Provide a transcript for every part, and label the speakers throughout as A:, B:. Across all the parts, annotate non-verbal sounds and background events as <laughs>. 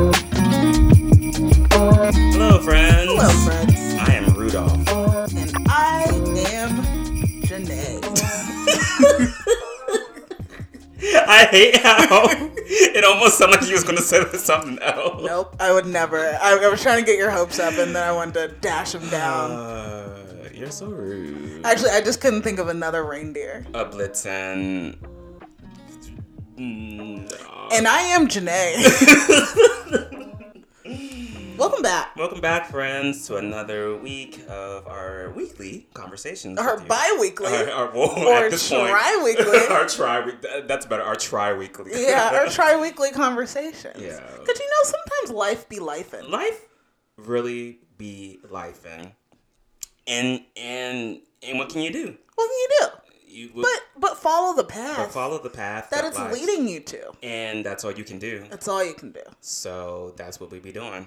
A: <laughs>
B: <laughs>
A: now. it almost sounded like you was going to say something else.
B: Nope, I would never. I, I was trying to get your hopes up, and then I wanted to dash them
A: <sighs>
B: down.
A: Uh, you're so rude.
B: Actually, I just couldn't think of another reindeer.
A: A blitzen. No.
B: And I
A: <laughs>
B: am Janae. Welcome back.
A: Welcome back, friends, to another week of our weekly conversations.
B: Or
A: with you.
B: bi-weekly.
A: Our, our, whoa,
B: Or
A: at this point.
B: tri-weekly.
A: <laughs> our tri That's better. Our tri weekly.
B: yeah,
A: <laughs>
B: our tri-weekly conversations.
A: Yeah.
B: Cause you know sometimes life be life and
A: life really be life and and and and what can you do
B: what can you do?
A: you will
B: But but follow the path
A: but follow the path
B: that it's
A: lies.
B: leading Uh. you to.
A: and that's all you can do
B: That's all you can do.
A: so that's what we be doing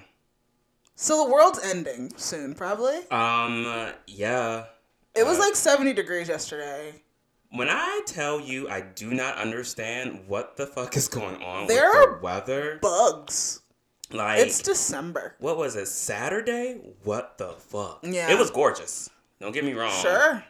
B: So the world's ending soon, probably.
A: um yeah
B: It
A: Uh,
B: was like 70 degrees yesterday.
A: when i tell you i do not understand what the fuck is going on
B: There
A: with
B: are
A: the weather
B: Bugs.
A: like
B: It's December.
A: what was it saturday what the fuck
B: Yeah.
A: it was gorgeous don't get me wrong
B: Sure.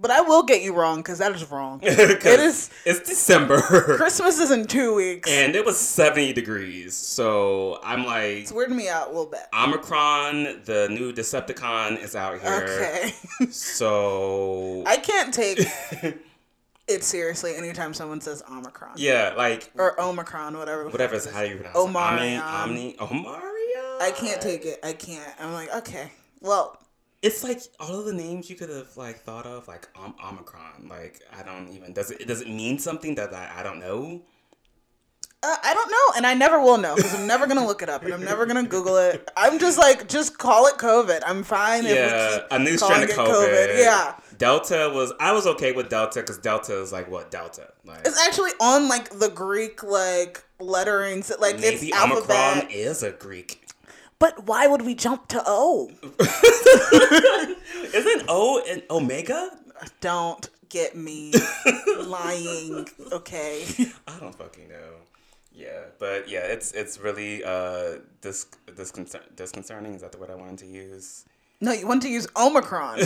B: But I will get you wrong because that is
A: <laughs>
B: wrong.
A: 'Cause
B: it is.
A: it's december
B: Christmas is in two weeks.
A: and it was 70 degrees. So I'm like,
B: it's weirding me out a little bit.
A: Omicron, the new Decepticon is out here.
B: Okay. <laughs>
A: So <laughs>
B: I can't take it seriously anytime someone says Omicron.
A: yeah, like
B: Or Omicron, whatever. the fuck
A: whatever
B: it
A: is
B: is.
A: how do you pronounce
B: Omarion.
A: it. Omni, Omni, Omarion.
B: I can't take it. I can't. I'm like, okay. Well,
A: It's like all of the names you could have like thought of, like um, Omicron. Like I don't even does it does it mean something that I, I don't know?
B: Uh, I don't know, and I never will know because I'm never gonna look it up and I'm never gonna Google it. I'm just like, just call it COVID. I'm fine.
A: yeah,
B: if
A: a
B: we
A: new
B: keep
A: strand
B: calling
A: of
B: it
A: COVID.
B: Yeah,
A: Delta was I was okay with Delta because Delta is like what Delta like
B: it's actually on like the Greek like letterings. that, Like
A: maybe
B: it's
A: Omicron
B: alphabet.
A: is a Greek
B: But why would we jump to O?
A: <laughs> Isn't O and Omega?
B: Don't
A: <laughs>
B: get me lying. Okay.
A: I don't fucking know. Yeah, but yeah, it's it's really uh dis disconcer- disconcerting. Is that the word I wanted to use?
B: No, you want to use
A: <laughs>
B: Omicron.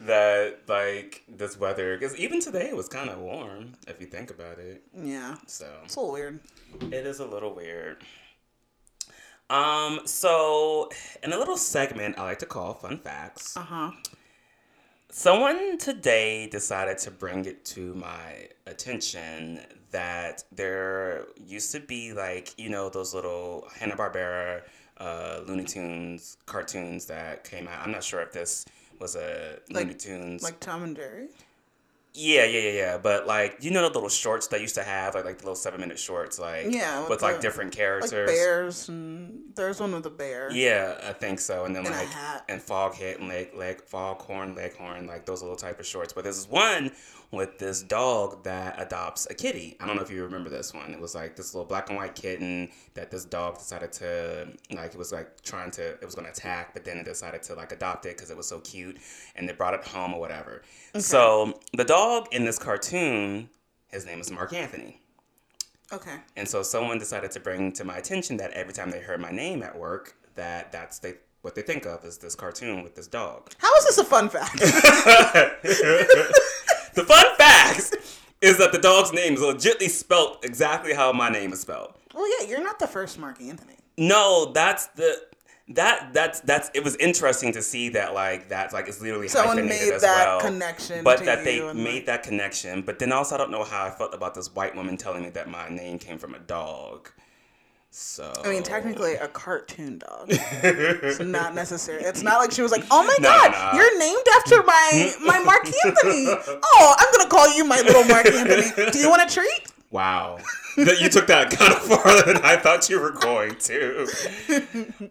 A: That like this weather, because even today it was kind of warm if you think about it.
B: yeah,
A: So
B: it's a little weird.
A: it is a little weird. Um, so in a little segment I like to call fun facts.
B: Uh huh.
A: Someone today decided to bring it to my attention that there used to be like you know those little Hanna Barbera, uh, Looney Tunes cartoons that came out. I'm not sure if this was a Looney
B: Like-
A: Tunes.
B: Like Tom and Jerry.
A: yeah, yeah, yeah, yeah. But like you know the little shorts they used to have, like like the little seven minute shorts, like
B: Yeah,
A: with,
B: with
A: like
B: the-
A: different
B: Like
A: characters.
B: bears and there's one with a bear.
A: Yeah, I think so. And then
B: And a
A: like
B: hat.
A: and fog hat and leg leg fog horn leghorn like those little type of shorts. But there's one with this dog that adopts a kitty. I don't know if you remember this one. It was like this little black and white kitten that this dog decided to like it was like trying to it was going to attack, but then it decided to like adopt it because it was so cute and they brought it home or whatever. So the dog in this cartoon, his name is Mark Anthony.
B: Okay.
A: And so someone decided to bring to my attention that every time they heard my name at work, that that's they what they think of is this cartoon with this dog.
B: How is this a
A: <laughs>
B: fun fact?
A: The fun fact <laughs> is that the dog's name is legitly spelt exactly how my name is spelled.
B: well, yeah, you're not the first Mark Anthony.
A: No, that's the that that's that's it was interesting to see that like that's like it's literally
B: Someone
A: hyphenated
B: made
A: as
B: that
A: well.
B: connection
A: but
B: to
A: that they
B: you and,
A: made
B: like-
A: that connection but then also i don't know how i felt about this white woman telling me that my name came from a dog so
B: I mean, technically, a cartoon dog.
A: <laughs>
B: it's not necessary. It's not like she was like, "Oh my
A: No,
B: god,
A: no.
B: you're named after my my
A: <laughs>
B: Mark Anthony." Oh, I'm gonna call you my little Mark Anthony. Do you want a treat?
A: Wow. that you took that kind of farther than I thought you were going to.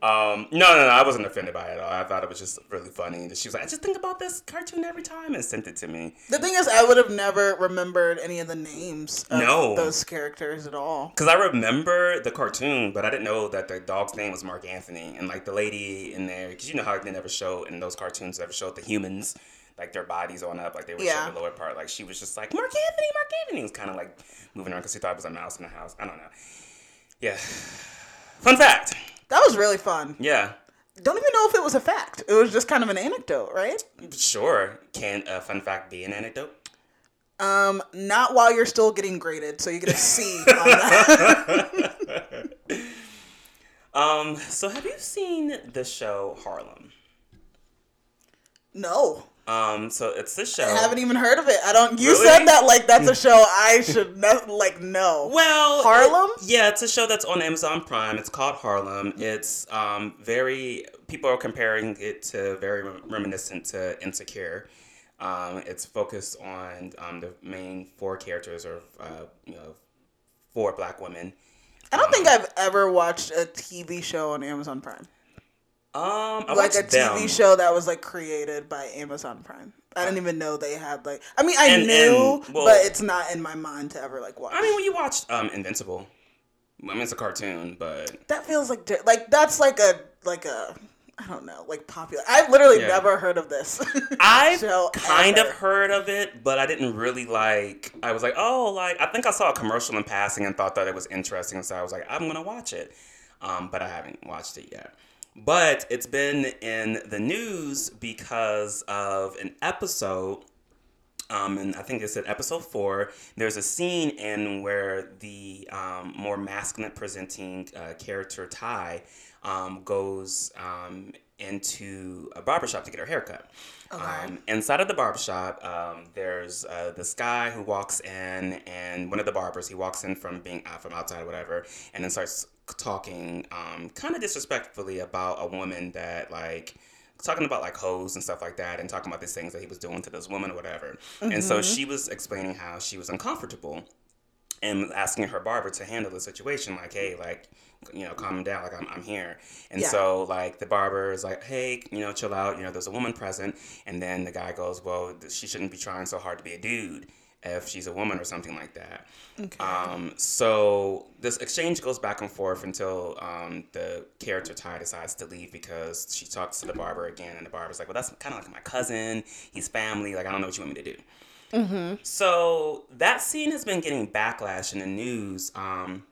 A: Um, no, no, no, I wasn't offended by it at all. I thought it was just really funny. She was like, I just think about this cartoon every time and sent it to me.
B: The thing is, I would have never remembered any of the names of
A: No.
B: those characters at all.
A: Because I remember the cartoon, but I didn't know that the dog's name was Mark Anthony. And like the lady in there, because you know how they never showed in those cartoons, they never showed the humans, like their bodies on up, like they were
B: Yeah.
A: showing the lower part. Like she was just like, Mark Anthony, Mark Anthony. It was kind of like moving around because she thought it was a mouse in the house. I don't know. Yeah. Fun fact.
B: That was really fun.
A: Yeah.
B: Don't even know if it was a fact. It was just kind of an anecdote, right?
A: uh, Sure. Can a fun fact be an anecdote?
B: Um, not while you're still getting graded, so you get a C
A: <laughs>
B: on that.
A: Um, so have you seen the show Harlem?
B: no.
A: Um, so it's this show.
B: I haven't e- even heard of it. I don't you
A: Really?
B: said that like
A: <laughs>
B: that's a show I should not like no.
A: Well,
B: Harlem?
A: it- yeah, it's a show that's on Amazon Prime. It's called Harlem. It's um, very people are comparing it to very rem- reminiscent to Insecure. Um, it's focused on um, the main four characters or uh, you know four black women.
B: I don't think I've ever watched a TV show on Amazon Prime.
A: Um, I
B: Like
A: watched
B: a TV
A: them.
B: show that was like created by Amazon Prime. I didn't even know they had like I mean I
A: And-
B: knew
A: and, well-
B: but it's not in my mind to ever like watch.
A: I mean, when you watched um, Invincible, I mean it's a cartoon, but
B: that feels like di- like that's like a like a I don't know, like popular. I've literally
A: Yeah.
B: never heard of this. <laughs>
A: I've
B: show
A: kind of
B: ever.
A: heard of it, but I didn't really like. I was like, oh, like I think I saw a commercial in passing and thought that it was interesting, so I was like, I'm gonna watch it, um, but I haven't watched it yet. But it's been in the news because of an episode, um, and I think it's in episode four. There's a scene in where the um, more masculine presenting uh, character Ty um, goes um, into a barbershop to get her haircut.
B: Uh-huh.
A: Um, inside of the barbershop, um, there's uh, this guy who walks in, and one of the barbers he walks in from being out from outside, or whatever, and then starts talking um, kind of disrespectfully about a woman that like talking about like hoes and stuff like that, and talking about these things that he was doing to this woman or whatever. And so she was explaining how she was uncomfortable and asking her barber to handle the situation like hey like you know calm down like i'm, I'm here and
B: Yeah.
A: so like the barber is like hey you know chill out you know there's a woman present and then the guy goes well th- she shouldn't be trying so hard to be a dude if she's a woman or something like that um, so this exchange goes back and forth until um, the character ty decides to leave because she talks to the barber again and the barber's like well that's kind of like my cousin he's family like i don't know what you want me to do so that scene has been getting backlash in the news. Um,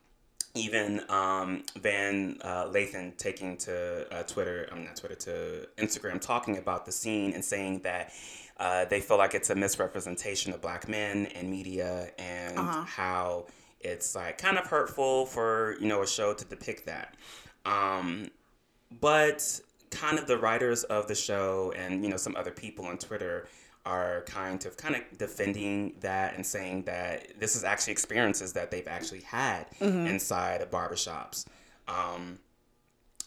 A: even um, Van uh, Lathan taking to uh, Twitter, I'm not Twitter, to Instagram, talking about the scene and saying that uh, they feel like it's a misrepresentation of black men in media and how it's like kind of hurtful for you know a show to depict that. Um, but kind of the writers of the show and you know some other people on twitter are kind of kind of defending that and saying that this is actually experiences that they've actually had inside of barbershops um,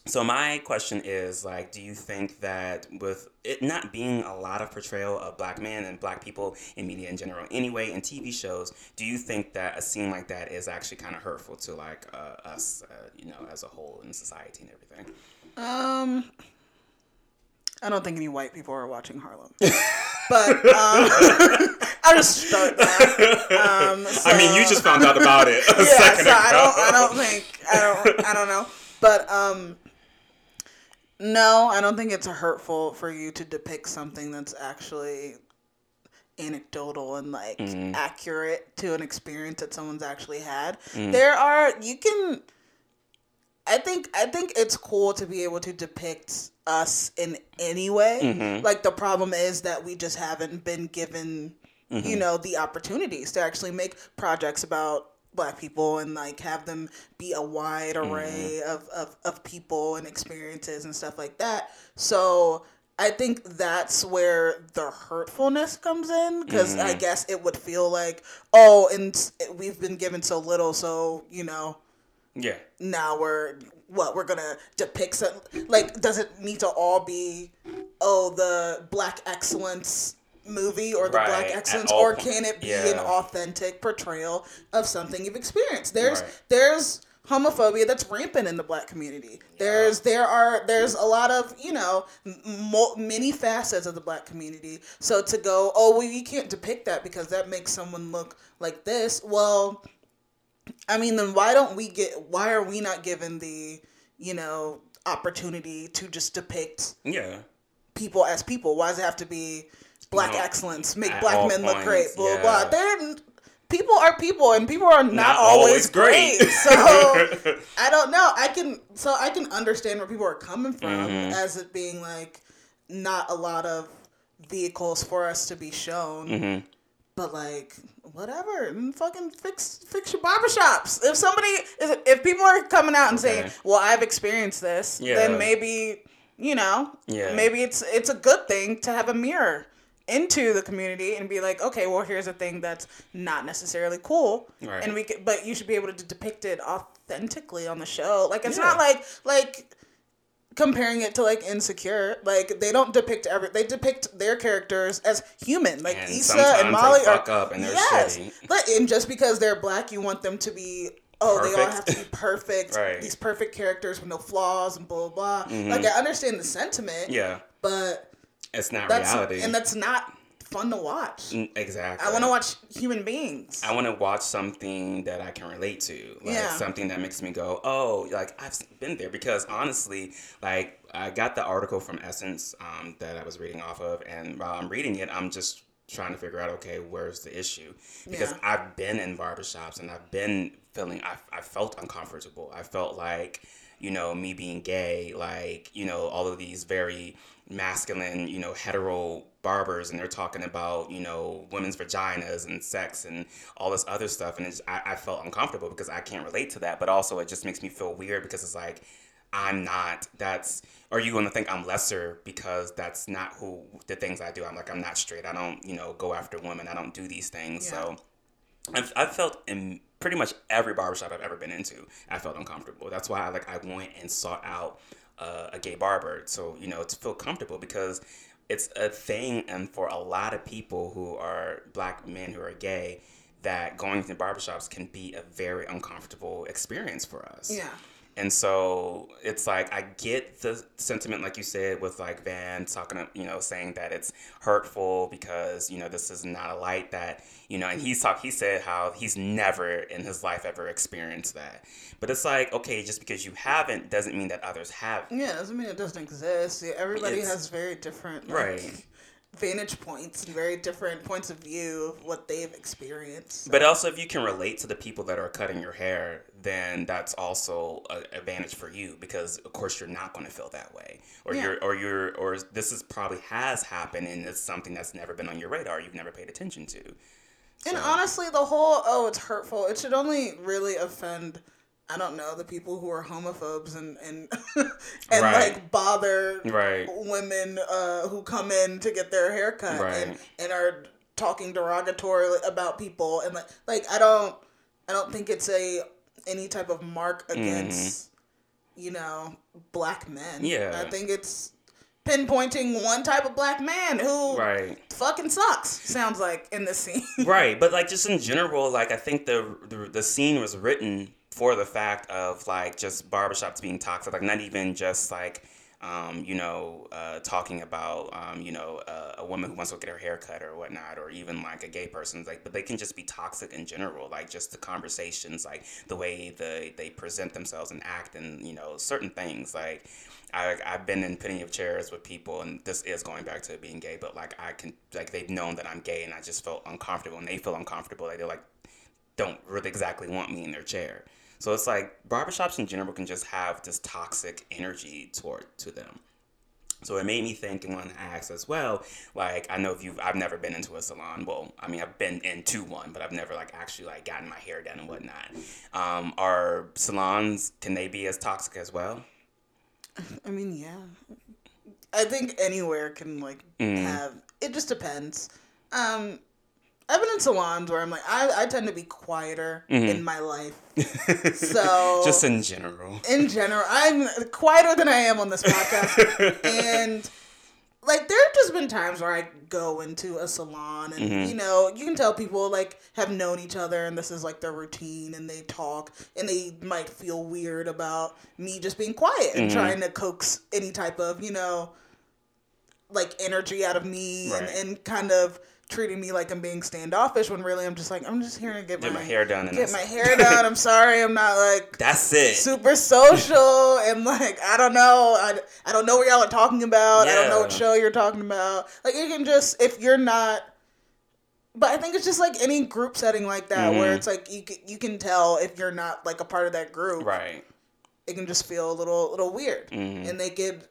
A: so my question is like do you think that with it not being a lot of portrayal of black men and black people in media in general anyway and tv shows do you think that a scene like that is actually kind of hurtful to like uh, us uh, you know as a whole in society and everything
B: Um, I don't think any white people are
A: <laughs>
B: watching Harlem, but um, <laughs> I'll just start that. Um, so,
A: I mean, you just found out about
B: <laughs>
A: it a
B: yeah.
A: second
B: so
A: ago.
B: I don't, I don't think, I don't, I don't know, but um, no, I don't think it's hurtful for you to depict something that's actually anecdotal and like
A: Mm-hmm.
B: accurate to an experience that someone's actually had.
A: Mm-hmm.
B: There are you can I think I think it's cool to be able to depict us in any way. Like the problem is that we just haven't been given, you know, the opportunities to actually make projects about black people and like have them be a wide array of, of, of people and experiences and stuff like that. So I think that's where the hurtfulness comes in because I guess it would feel like, oh, and s- we've been given so little, so, you know,
A: Yeah.
B: now we're what we're gonna depict some like does it need to all be oh the black excellence movie or the
A: Right,
B: black
A: at
B: excellence
A: all
B: or
A: point-
B: can it be an
A: yeah.
B: authentic portrayal of something you've experienced there's
A: Right.
B: there's homophobia that's rampant in the black community there's there are there's a lot of you know m- mo- many facets of the black community so to go oh well you can't depict that because that makes someone look like this well I mean, then why don't we get? Why are we not given the, you know, opportunity to just depict
A: Yeah.
B: people as people? Why does it have to be black
A: No.
B: excellence, make
A: At
B: black
A: all
B: men look
A: points,
B: great, blah
A: yeah.
B: blah blah? They're people are people, and people are not, always,
A: always
B: great.
A: great. <laughs>
B: so I don't know. I can so I can understand where people are coming from
A: Mm-hmm.
B: as it being
A: Mm-hmm.
B: like not a lot of vehicles for us to be shown But like, whatever, and fucking fix fix your barbershops. If somebody, if if people are coming out and saying,
A: Okay.
B: "Well, I've experienced this,"
A: Yeah.
B: then maybe you know,
A: Yeah.
B: maybe it's it's a good thing to have a mirror into the community and be like, okay, well, here's a thing that's not necessarily cool,
A: Right.
B: and we c but you should be able to depict it authentically on the show. Like, it's
A: Yeah.
B: not like like comparing it to like insecure like they don't depict every they depict their characters as human like
A: And
B: Issa and
A: sometimes
B: Molly
A: they
B: are
A: fuck up and they're
B: yes
A: shitty.
B: but and just because they're black you want them to be oh they all
A: Perfect.
B: have to be
A: <laughs>
B: perfect
A: Right. Mm-hmm.
B: these perfect characters with no flaws and blah blah, blah. like I understand the sentiment
A: Yeah,
B: but
A: it's not
B: that's
A: reality.
B: and that's not fun to watch
A: Mm, exactly.
B: I want to watch human beings
A: I want to watch something that I can relate to, like
B: Yeah.
A: something that makes me go, "Oh, like I've been there." Because honestly, like I got the article from Essence um, that I was reading off of, and while I'm reading it, I'm just trying to figure out, okay, where's the issue? Because
B: Yeah.
A: I've been in barbershops and I've been feeling, I, I felt uncomfortable. I felt like, you know, me being gay, like you know, all of these very masculine, you know, hetero barbers and they're talking about, you know, women's vaginas and sex and all this other stuff. And it's, I, I felt uncomfortable because I can't relate to that. But also, it just makes me feel weird because it's like, I'm not, that's, are you going to think I'm lesser because that's not who the things I do? I'm like, I'm not straight. I don't, you know, go after women. I don't do these things. So I've, I've felt in pretty much every barbershop I've ever been into, I felt uncomfortable. That's why I like I went and sought out uh, a gay barber, so you know to feel comfortable because it's a thing, and for a lot of people who are black men who are gay, that going to barbershops can be a very uncomfortable experience for us.
B: yeah
A: And so it's like I get the sentiment, like you said, with like Van talking, you know, saying that it's hurtful because you know this is not a light that you know, and he's talk. He said how he's never in his life ever experienced that. But it's like okay, just because you haven't doesn't mean that others have.
B: yeah doesn't mean it doesn't exist yeah, everybody
A: It's-
B: has very different like,
A: Right.
B: vantage points and very different points of view of what they've experienced
A: But also, if you can relate to the people that are cutting your hair, then that's also an advantage for you because, of course, you're not going to feel that way, or
B: Yeah.
A: you're, or you're, or this is probably has happened, and it's something that's never been on your radar. You've never paid attention to.
B: And honestly, the whole oh, it's hurtful. It should only really offend. I don't know the people who are homophobes and and <laughs> and
A: Right.
B: like bother
A: Right.
B: women uh, who come in to get their hair cut and,
A: Right.
B: and are talking derogatorily about people and like like I don't I don't think it's a any type of mark
A: Mm-hmm.
B: against you know black men.
A: Yeah.
B: I think it's pinpointing one type of black man who
A: Right.
B: fucking sucks. Sounds like in this scene.
A: right but like just in general like i think the, the the scene was written for the fact of like just barbershops being toxic like not even just like um, you know, uh, talking about um, you know uh, a woman who wants to get her hair cut or whatnot, or even like a gay person, like, but they can just be toxic in general, like just the conversations, like the way the they present themselves and act, and you know certain things. Like, I I've been in plenty of chairs with people, and this is going back to being gay, but like I can like they've known that I'm gay, and I just felt uncomfortable, and they feel uncomfortable. Like they're like don't really exactly want me in their chair. So it's like barbershops in general can just have this toxic energy toward to them. So it made me think and want to ask as well. Like I know if you've, I've never been into a salon. Well, I mean I've been into one, but I've never like actually like gotten my hair done and whatnot. Um, are salons can they be as toxic as well?
B: I mean, yeah. I think anywhere can like have it just depends. Um I've been in salons where I'm like I, I tend to be quieter in my life. so
A: Just in general.
B: in general, I'm quieter than I am on
A: <laughs>
B: this podcast. and like there have just been times where I go into a salon and
A: Mm-hmm.
B: you know, you can tell people like have known each other and this is like their routine and they talk and they might feel weird about me just being quiet and
A: Mm-hmm.
B: trying to coax any type of, you know, like energy out of me
A: Right.
B: and, and kind of treating me like I'm being standoffish when really I'm just like I'm just here to get,
A: Get my hair done and
B: Get
A: that's
B: my
A: it.
B: hair
A: <laughs>
B: done. I'm sorry, I'm not like
A: That's it.
B: super social <laughs> and like I don't know I, I don't know what y'all are talking about I don't know what
A: Yeah.
B: show you're talking about like you can just if you're not but I think it's just like any group setting like that where it's like you can, you can tell if you're not like a part of that group
A: right.
B: it can just feel a little little weird
A: Mm-hmm.
B: and they could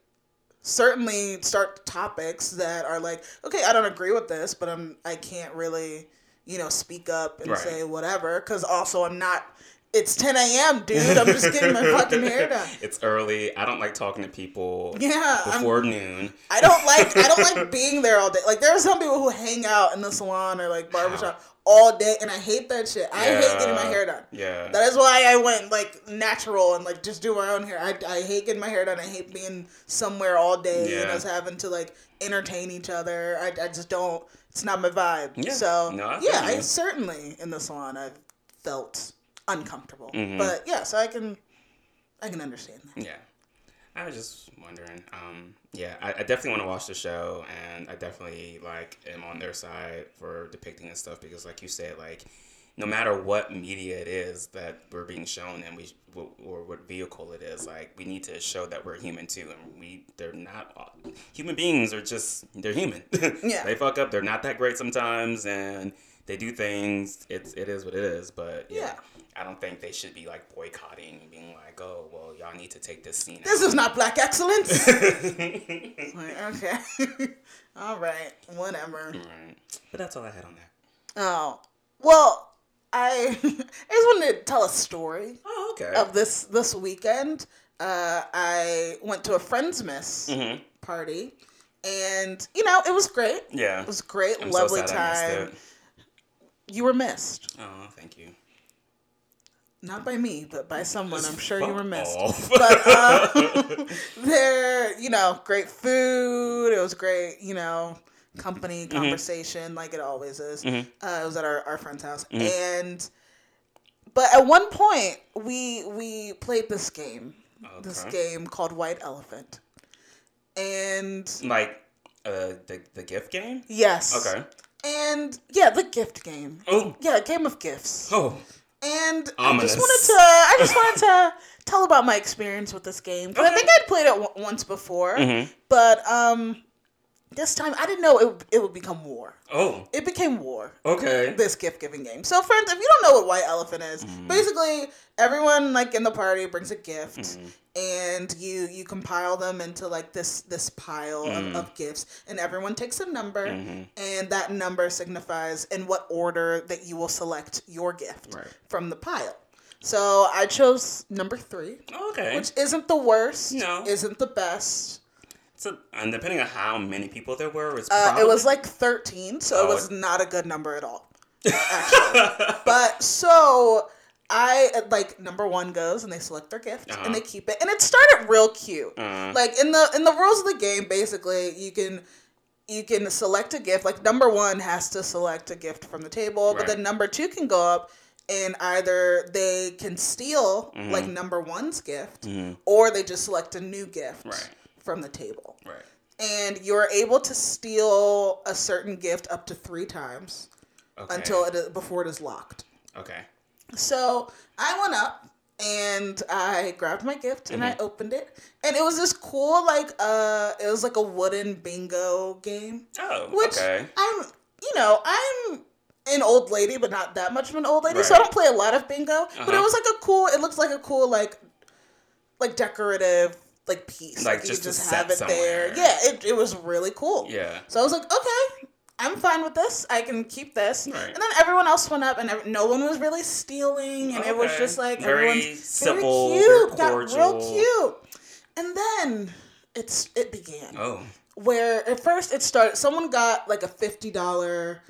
B: certainly start topics that are like okay I don't agree with this but I'm I can't really you know, speak up and
A: Right.
B: say whatever. Because also, I'm not. It's 10 a.m., dude.
A: <laughs>
B: I'm just getting my fucking hair done.
A: It's early. I don't like talking to people
B: Yeah, I'm-
A: before noon.
B: I don't like. I don't like being there all day. Like there are some people who hang out in the salon or like barbershop all day, and I hate that shit. I hate getting my
A: Yeah.
B: hair done.
A: Yeah.
B: That is why I went like natural and like just do my own hair. I, I hate getting my hair done. I hate being somewhere all day and
A: Yeah.
B: us having to like entertain each other. I, I just don't. It's not my vibe.
A: Yeah.
B: So
A: No, I feel
B: yeah, I
A: you.
B: certainly in the salon I felt uncomfortable.
A: Mm-hmm.
B: But yeah, so I can I can understand that.
A: Yeah. I was just wondering. Um, yeah, I, I definitely want to watch the show, and I definitely like am on their side for depicting this stuff because, like you said, like no matter what media it is that we're being shown and we or what vehicle it is, like we need to show that we're human too, and we they're not all- human beings are just they're human. <laughs>
B: Yeah.
A: they fuck up. They're not that great sometimes, and they do things. It's it is what it is, but yeah.
B: Yeah.
A: I don't think they should be like boycotting and being like, oh, well, y'all need to take this scene.
B: This
A: out.
B: is not
A: <laughs>
B: black excellence. <laughs> Like, okay. <laughs> all right. Whatever.
A: Right. But that's all I had on that.
B: Oh. Well, I <laughs> I just wanted to tell a story.
A: Oh, okay.
B: of this this weekend, uh, I went to a friends miss
A: Mm-hmm.
B: party, and you know it was great.
A: yeah.
B: It was great,
A: I'm so
B: lovely
A: sad I
B: time.
A: missed
B: You were missed,
A: it. Oh, thank you.
B: not by me, but by someone. I'm sure you
A: Fuck
B: were missed. uh,
A: off.
B: <laughs> There, you know, great food. It was great, you know, company
A: Mm-hmm.
B: conversation, like it always is. Uh, it was at our, our friend's house,
A: Mm-hmm.
B: and but at one point we we played this game, this
A: Okay.
B: game called White Elephant, and
A: like uh, the the gift game.
B: yes,
A: Okay.
B: and yeah, the gift game.
A: Oh.
B: Yeah, game of gifts.
A: Oh.
B: And I
A: Ominous.
B: just wanted to I just wanted
A: <laughs>
B: to tell about my experience with this game. 'Cause I
A: Okay. Mm-hmm.
B: think I'd played it w- once before, but um this time I didn't know it would, it would become war.
A: Oh.
B: It became war.
A: Okay.
B: This gift giving game. So friends, if you don't know what white elephant is,
A: Mm-hmm.
B: basically everyone like in the party brings a gift
A: Mm-hmm.
B: and you you compile them into like this this pile of,
A: Mm-hmm.
B: of gifts and everyone takes a number and that number signifies in what order that you will select your gift
A: Right.
B: from the pile. So I chose number three.
A: okay.
B: Which isn't the worst.
A: No.
B: Isn't the best.
A: so, and depending on how many people there were, it's
B: Uh,
A: probably
B: it was like 13, so
A: Oh,
B: it was
A: it-
B: not a good number at all.
A: <laughs>
B: Actually. but so I like number one goes and they select their gift
A: Uh-huh.
B: and they keep it and it started real cute.
A: Uh-huh.
B: Like in the in the rules of the game, basically you can you can select a gift. Like number one has to select a gift from the table, but
A: Right.
B: then number two can go up and either they can steal
A: Mm-hmm.
B: like number one's gift or they just select a new gift
A: Right.
B: from the table
A: right.
B: and you're able to steal a certain gift up to three times
A: Okay.
B: until it before it is locked.
A: okay.
B: So I went up and I grabbed my gift and I opened it, and it was this cool like uh, it was like a wooden bingo game,
A: Oh.
B: which
A: okay.
B: I'm you know I'm an old lady but not that much of an old lady so i
A: Right.
B: don't play a lot of bingo but it
A: Uh-huh.
B: was like a cool it looks like a cool like like decorative like piece
A: Like,
B: you
A: just
B: could
A: to set somewhere.
B: yeah it, it was really cool
A: Yeah.
B: so I was like, okay, I'm fine with this. I can keep this.
A: Right.
B: And then everyone else went up, and ev- no one was really stealing, and it was
A: Okay.
B: just like
A: Very
B: everyone's
A: civil,
B: very
A: very
B: cute, got real
A: cordial.
B: cute. And then it's it began
A: Oh.
B: where at first it started. Someone got like a fifty dollar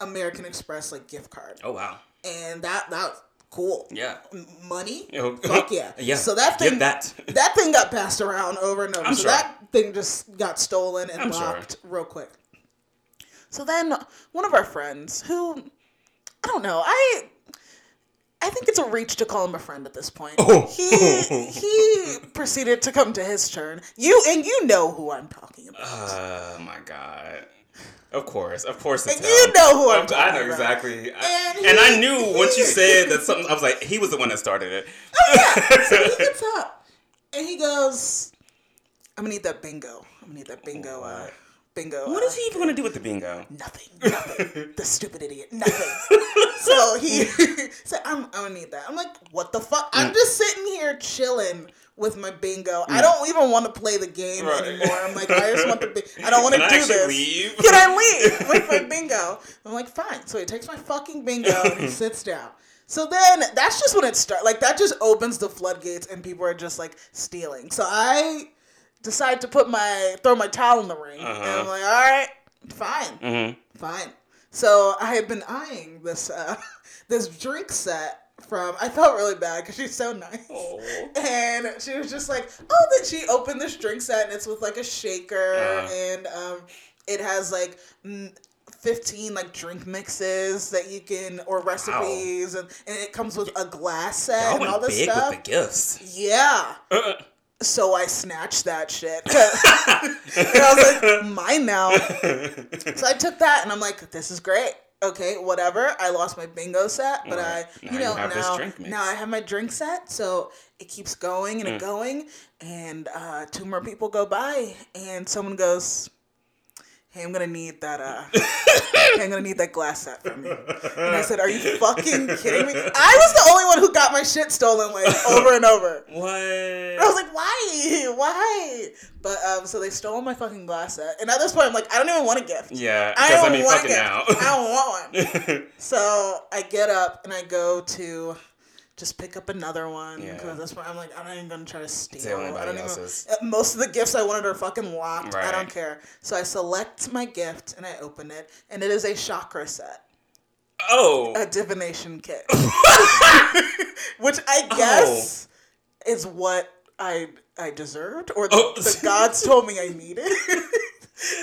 B: American Express like gift card,
A: Oh wow.
B: and that that was cool.
A: Yeah.
B: M- Money.
A: Oh,
B: Fuck yeah.
A: <laughs> yeah.
B: So that
A: Give
B: thing
A: that.
B: <laughs> that thing got passed around over and over.
A: I'm
B: so
A: sure.
B: that thing just got stolen and
A: I'm sure.
B: locked real quick. So then one of our friends who I don't know, I I think it's a reach to call him a friend at this point.
A: Oh.
B: He he
A: <laughs>
B: proceeded to come to his turn. You and you know who I'm talking about.
A: Oh my god. Of course, of course it's
B: Uh, And you know who I'm
A: Of- I
B: talking
A: know
B: about. <laughs>
A: exactly. I-
B: And
A: And,
B: he-
A: I knew once you said that something, I was like, he was the one that started it.
B: so he gets up and he goes, I'm gonna need that bingo. I'm gonna need that bingo uh,
A: What?
B: bingo.
A: What
B: uh,
A: is he even gonna do with the bingo? <laughs>
B: nothing, nothing. the stupid idiot, nothing. <laughs>
A: Mm.
B: so he said, I'm, I don't need that. I'm like, what the fuck? I'm just sitting here chilling with my bingo. I don't even want to play the game
A: Right.
B: anymore. I'm like, I
A: <laughs>
B: just want to be. I don't want to
A: Can I
B: do
A: actually
B: this.
A: leave?
B: <laughs> Can I leave with my bingo? I'm like, fine. So he takes my fucking bingo and he sits down. So then that's just when it starts. Like that just opens the floodgates and people are just like stealing. So I decide to put my throw my towel in the ring and I'm like, all right, fine,
A: Mm. Mm-hmm.
B: fine. So I had been eyeing this uh, <laughs> this drink set from. I felt really bad because she's so nice.
A: Oh.
B: <laughs> And she was just like, oh, then she opened this drink set and it's with like a shaker
A: Uh.
B: and um, it has like mm, 15 like drink mixes that you can, or recipes, and, and it comes with a glass set
A: Y'all
B: and
A: went
B: all this
A: big
B: stuff.
A: with the gifts.
B: yeah.
A: Uh.
B: So I snatched that shit. <laughs> and I was like,
A: <laughs>
B: mine now. So I took that and I'm like, this is great. Okay, whatever. I lost my bingo set, but
A: Right.
B: I,
A: Now
B: you
A: you
B: know,
A: have this
B: now,
A: drink Mm. mix.
B: now I have my drink set. So it keeps going and it going. And uh, two more people go by and someone goes, hey, I'm going to need that.
A: <laughs>
B: Uh, hey, I'm going to need that glass set from you. And I said, are
A: <laughs>
B: you fucking kidding me? I was the only one who got my shit stolen like over and over. I was
A: What?
B: like, why? Why? But um, so they stole my fucking glass set. And at this point, I'm like, I don't even want a gift.
A: Yeah,
B: I
A: because
B: don't
A: I mean,
B: want a
A: fucking
B: gift.
A: now.
B: I don't want
A: <laughs>
B: one. So I get up and I go to just pick up another one because
A: Yeah.
B: at this point I'm like, I'm not even gonna try to steal.
A: Steal
B: I
A: anybody
B: don't even-
A: else's.
B: Uh, Most of the gifts I wanted are fucking locked. I
A: Right.
B: don't care. So I select my gift and I open it, and it is a chakra set
A: oh,
B: a divination kit, which I
A: Oh.
B: guess is what I I deserved, or the,
A: Oh.
B: the gods told me I needed. <laughs>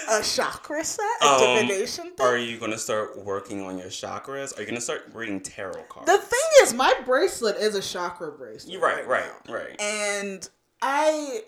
B: a chakra set, a
A: Um,
B: divination
A: <laughs>
B: thing.
A: are you gonna start working on your chakras? Are you gonna start reading tarot cards?
B: the thing is, my bracelet is a chakra bracelet.
A: You're right, right,
B: now.
A: right.
B: And I.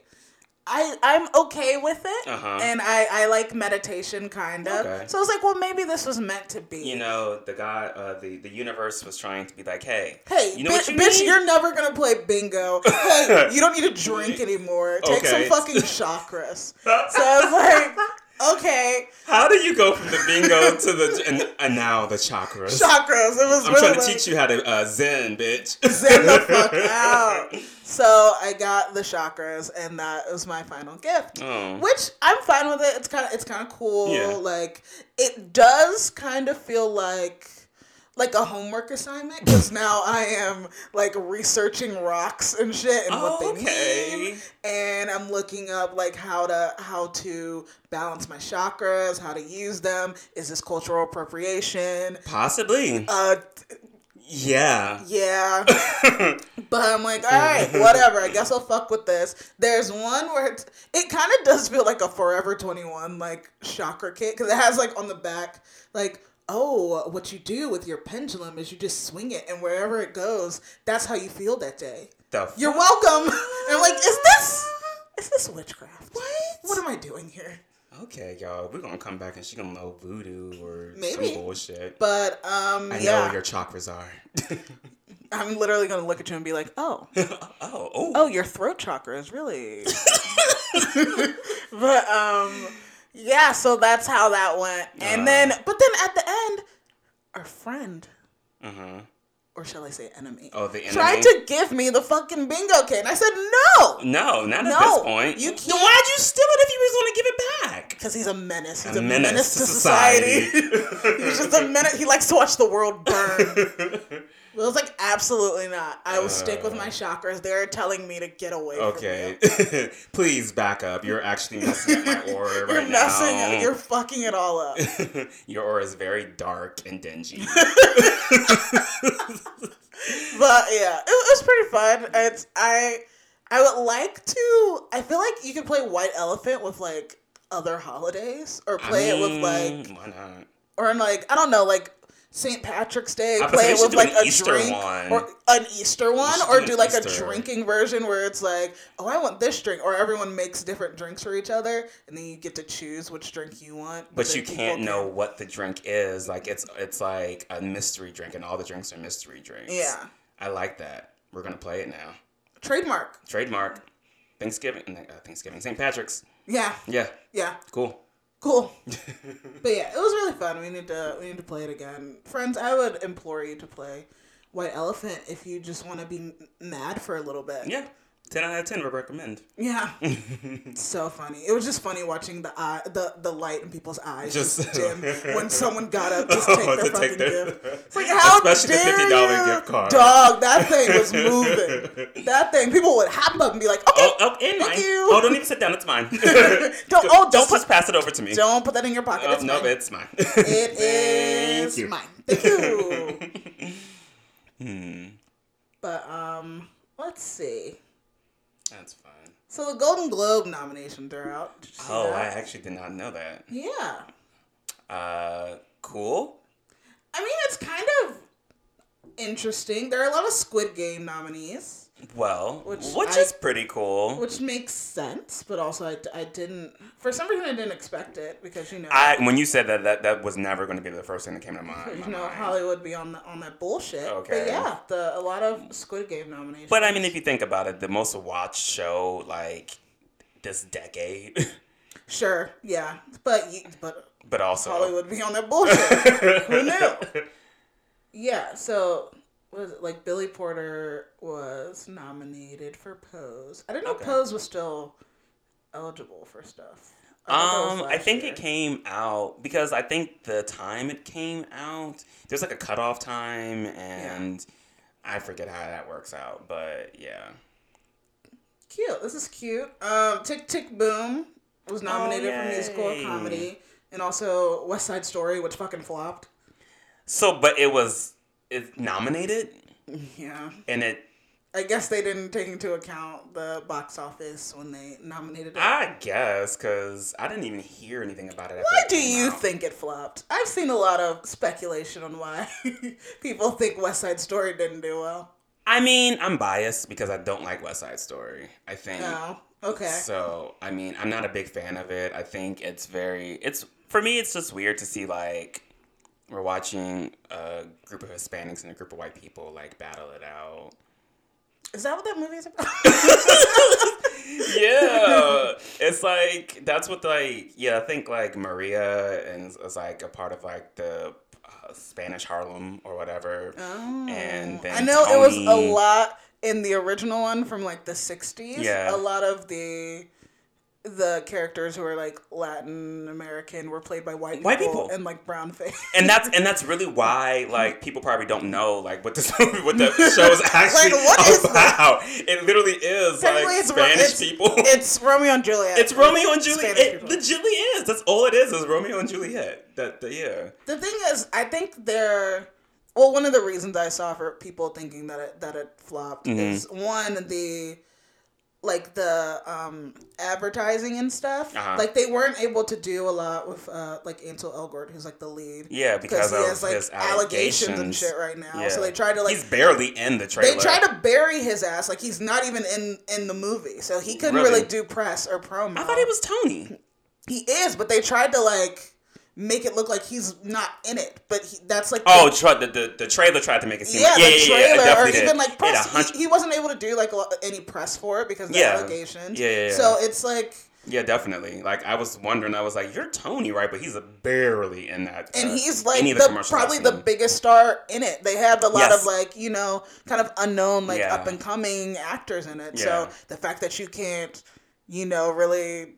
B: I, I'm okay with it,
A: Uh-huh.
B: and I, I like meditation kind of.
A: Okay.
B: So I was like, well, maybe this was meant to be.
A: you know, the guy, uh, the the universe was trying to be like, hey,
B: Hey,
A: you know
B: bi-
A: what you
B: bitch,
A: need? <laughs>
B: you're never gonna play bingo. Hey, you don't need to drink anymore. Take
A: Okay.
B: some
A: <laughs>
B: fucking chakras. So I was like, okay,
A: How do you go from the bingo to the and, and now the chakras?
B: chakras. It was
A: I'm
B: really
A: trying to
B: like,
A: teach you how to uh, zen,
B: <laughs>
A: bitch.
B: zen the fuck out. So I got the chakras, and that was my final gift.
A: Oh.
B: Which I'm fine with it. It's kind of it's kind of cool.
A: Yeah.
B: Like it does kind of feel like like a homework assignment because now I am like researching rocks and shit and what they
A: Oh, Okay.
B: mean, and I'm looking up like how to how to balance my chakras, how to use them. Is this cultural appropriation?
A: Possibly.
B: Uh,
A: yeah.
B: yeah. but I'm like, all right, whatever. I guess I'll fuck with this. There's one where it's, it kind of does feel like a Forever 21 like chakra kit because it has like on the back like. Oh, what you do with your pendulum is you just swing it, and wherever it goes, that's how you feel that day.
A: The f-
B: You're welcome. And I'm like, is this is this witchcraft? What? What am I doing here?
A: okay, y'all. We're gonna come back and she gonna know voodoo or
B: Maybe.
A: some bullshit.
B: But um,
A: I know
B: yeah,
A: where your chakras are. <laughs>
B: I'm literally gonna look at you and be like, oh,
A: oh, oh,
B: oh, your throat chakra
A: <laughs>
B: is really. <laughs> but um, yeah. So that's how that went,
A: Uh.
B: and then but then at the end, our friend,
A: Uh-huh.
B: or shall I say enemy,
A: Oh, the enemy.
B: tried to give me the fucking bingo kit, and I said no.
A: No, not
B: No,
A: at this point.
B: you
A: Then
B: can't-
A: Why'd you steal it if you was gonna give it back?
B: Because he's a menace. He's
A: A
B: a, menace, to society. <laughs>
A: society.
B: he's just a menace. He likes to watch the
A: <laughs>
B: world burn. But I was like, absolutely not. I will stick with my chakras. They're telling me to get away
A: Uh. Okay,
B: from you.
A: <laughs> please back up. <laughs> You're actually messing up
B: <laughs>
A: my aura
B: You're
A: right
B: messing
A: now.
B: up. You're fucking it
A: <laughs>
B: all up.
A: Your aura is very dark and dingy.
B: but yeah, it, was pretty fun. It's I I would like to. I feel like you could play White Elephant with like other holidays, or <laughs> play it with like,
A: why not?
B: or in like I don't know, like St. Patrick's Day.
A: I was
B: Play
A: like,
B: it
A: they
B: with
A: should do
B: like
A: an Easter
B: a drink
A: one.
B: or an Easter one,
A: should do
B: or
A: an
B: do like a
A: Easter.
B: drinking version where it's like, oh, I want this drink, or everyone makes different drinks for each other, and then you get to choose which drink you want.
A: But
B: then
A: you
B: people
A: can't
B: can-
A: know what the drink is. Like it's it's like a mystery drink, and all the drinks are mystery drinks.
B: Yeah.
A: I like that. We're gonna play it now.
B: trademark.
A: Trademark. Thanksgiving. Uh, Thanksgiving. St. Patrick's.
B: Yeah,
A: Yeah.
B: yeah.
A: Cool. <laughs>
B: Cool. but yeah, it was really fun. We need to we need to play it again, friends. I would implore you to play White Elephant if you just want to be m- mad for a little bit.
A: Yeah. Ten out of ten would recommend. <laughs>
B: Yeah. so funny. It was just funny watching the eye, the, the light in people's eyes.
A: Just-
B: Just dim
A: <laughs>
B: when someone got up, just take
A: Oh,
B: their
A: to take
B: fucking
A: their- <laughs>
B: gift. It's like how
A: Especially the
B: dare
A: $50
B: you?
A: gift card.
B: Dog, that thing
A: <laughs>
B: was moving. that thing, people would hop up and be like, okay,
A: Oh, oh, and
B: thank
A: mine.
B: you.
A: Oh, don't even sit down. It's
B: <laughs>
A: mine. <laughs> don't.
B: don't, oh,
A: Don't
B: don't
A: just
B: put,
A: pass it over to me.
B: <laughs> don't put that in your pocket.
A: Oh,
B: it's
A: no,
B: mine.
A: it's mine. <laughs>
B: It is
A: you.
B: mine. Thank you.
A: <laughs> Hmm.
B: But um, let's see.
A: That's fine.
B: So the Golden Globe nominations are out. Did you see
A: Oh, I
B: that?
A: actually did not know that.
B: yeah.
A: Uh, cool.
B: I mean, it's kind of interesting. There are a lot of Squid Game nominees,
A: Well, which,
B: Which
A: is
B: I-
A: pretty cool.
B: which makes sense, but also I, I didn't, for some reason, I didn't expect it because, you know,
A: I when you said that, that that was never going to be the first thing that came to my, my
B: <laughs> you know
A: mind.
B: Hollywood be on, the, on that bullshit.
A: Okay.
B: But yeah, the, a lot of Squid Game nominations.
A: But I mean, if you think about it, the most watched show like this decade, <laughs>
B: sure, yeah. But, you, but
A: but also
B: Hollywood be on that bullshit.
A: <laughs>
B: Who knew? Yeah, so what is it like Billy Porter was nominated for Pose. I didn't know
A: Okay.
B: Pose was still eligible for stuff. thought that was
A: Um, I
B: last
A: think
B: year.
A: it came out because I think the time it came out, there's like a cutoff time, and I forget how that works out, but yeah.
B: cute. This is cute. Um, Tick Tick Boom was nominated for musical or
A: Oh, yay.
B: comedy, and also West Side Story, which fucking flopped.
A: So, but it was it nominated,
B: Yeah,
A: and it
B: I guess they didn't take into account the box office when they nominated it.
A: I guess because I didn't even hear anything about it. after
B: Why
A: it
B: do
A: came
B: you
A: out.
B: think it flopped? I've seen a lot of speculation on why <laughs> people think West Side Story didn't do well.
A: I mean, I'm biased because I don't like West Side Story. I think.
B: No. Okay.
A: So, I mean, I'm not a big fan of it. I think it's very it's for me it's just weird to see like we're watching a group of Hispanics and a group of white people like battle it out.
B: Is that what that movie is about?
A: Yeah. <laughs> it's like that's what like yeah, I think like Maria and is like a part of like the uh, Spanish Harlem or whatever.
B: Oh.
A: And then
B: I know it was
A: Tony-
B: a lot in the original one from like the 60s.
A: Yeah.
B: A lot of the the characters who were like Latin American were played by white
A: White people.
B: and like brown face.
A: and that's and that's really why like people probably don't know like what this <laughs> movie what the show is actually
B: Like, what is
A: about. It literally is like
B: Technically, <laughs> it's Ro-
A: Spanish
B: it's-
A: people. <laughs> It's,
B: it's Romeo and Juliet.
A: Romeo and Juliet.
B: Spanish
A: It
B: people.
A: legitly is. That's all it is. Is Romeo and Juliet. That the yeah.
B: The thing is, I think they're well. One of the reasons I saw for people thinking that it that it flopped
A: Mm-hmm.
B: is one the like the um advertising and stuff.
A: Uh-huh.
B: Like they weren't able to do a lot with uh like Ansel Elgort, who's like the lead.
A: Yeah, because
B: he
A: of
B: has like
A: his
B: allegations and
A: allegations.
B: shit right now.
A: Yeah.
B: So they tried to like
A: He's barely in the trailer.
B: they tried to bury his ass. Like he's not even in in the movie, so he couldn't
A: Really?
B: really do press or promo.
A: I thought it was Tony.
B: He is, but they tried to like make it look like he's not in it. But he, that's like
A: Oh, tr- the, the the trailer tried to make it seem.
B: yeah,
A: like, yeah,
B: the
A: yeah, yeah, it
B: trailer or
A: definitely did.
B: even like
A: It
B: press.
A: a hundred-
B: he, he wasn't able to do like a lot, any press for it because of the
A: Yeah.
B: allegations.
A: Yeah, yeah, yeah.
B: So it's like,
A: yeah, definitely. Like I was wondering, I was like, "You're Tony, right?" But he's barely in that.
B: and
A: uh,
B: he's like
A: any of
B: the,
A: commercials I've
B: probably the
A: seen.
B: biggest star in it. They had a lot
A: Yes.
B: of like you know kind of unknown like
A: Yeah.
B: up and coming actors in it.
A: Yeah.
B: So the fact that you can't you know really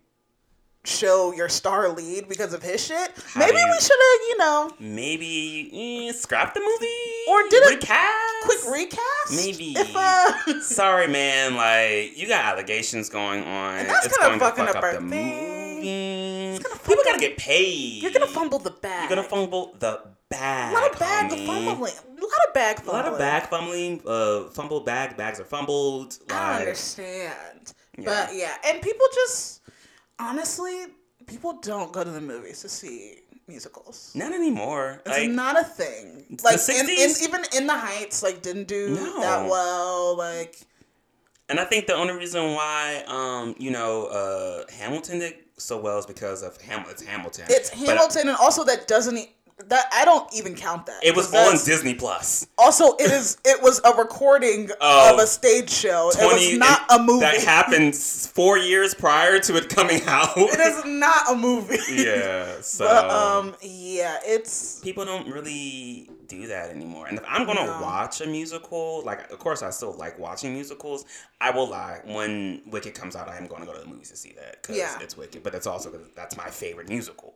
B: show your star lead because of his shit, maybe
A: do you-
B: we should have you know
A: maybe eh, scrap the movie
B: Or did a
A: recast.
B: quick recast.
A: Maybe.
B: if uh, <laughs>
A: Sorry, man. Like you got allegations going on.
B: And that's
A: it's going
B: kinda
A: to
B: fucking
A: fuck
B: up
A: up
B: our
A: the
B: thing.
A: movie. People gotta get paid.
B: you're gonna fumble the bag.
A: You're gonna fumble the bag.
B: A lot of bag
A: homie.
B: fumbling. A lot of bag
A: A
B: fumbling.
A: lot of bag fumbling. Uh, fumble bag. Bags are fumbled.
B: I don't
A: Like,
B: understand.
A: Yeah.
B: But yeah, and people just honestly, people don't go to the movies to see musicals.
A: not anymore.
B: It's
A: Like,
B: not a thing. Like and, and
A: 60s?
B: even in the Heights, like didn't do
A: No.
B: that well. Like
A: and I think the only reason why, um, you know, uh, Hamilton did so well is because of Ham- it's Hamilton.
B: it's
A: But
B: Hamilton, and also that doesn't. e- That I don't even count that.
A: It was
B: 'cause
A: on
B: that's-
A: Disney Plus.
B: Also, it is. It was a recording
A: Oh.
B: of a stage show. It
A: 20
B: was not
A: and
B: a movie.
A: that happened s- four years prior to it coming <laughs> out.
B: <laughs> it is not a movie.
A: yeah, so
B: But um, yeah, it's
A: people don't really do that anymore. And if I'm gonna
B: No.
A: watch a musical, like of course I still like watching musicals. I will lie. When Wicked comes out, I am going to go to the movies to see that because
B: Yeah. Mm-hmm.
A: it's Wicked. But that's also 'cause that's my favorite musical.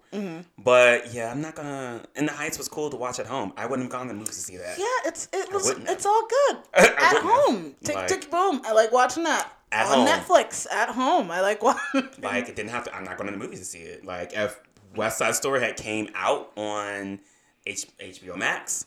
A: But yeah, I'm not gonna. And The Heights was cool to watch at home. I wouldn't have gone to the movies to see that.
B: Yeah, it's it was
A: wouldn't have.
B: it's all good
A: <coughs> I
B: at
A: wouldn't have.
B: home. Tick
A: Like-
B: tick boom. I like watching that
A: At home.
B: on Netflix at home. <laughs> I like watching.
A: Like it didn't have to. I'm not going to the movies to see it. Like if West Side Story had came out on H- HBO Max,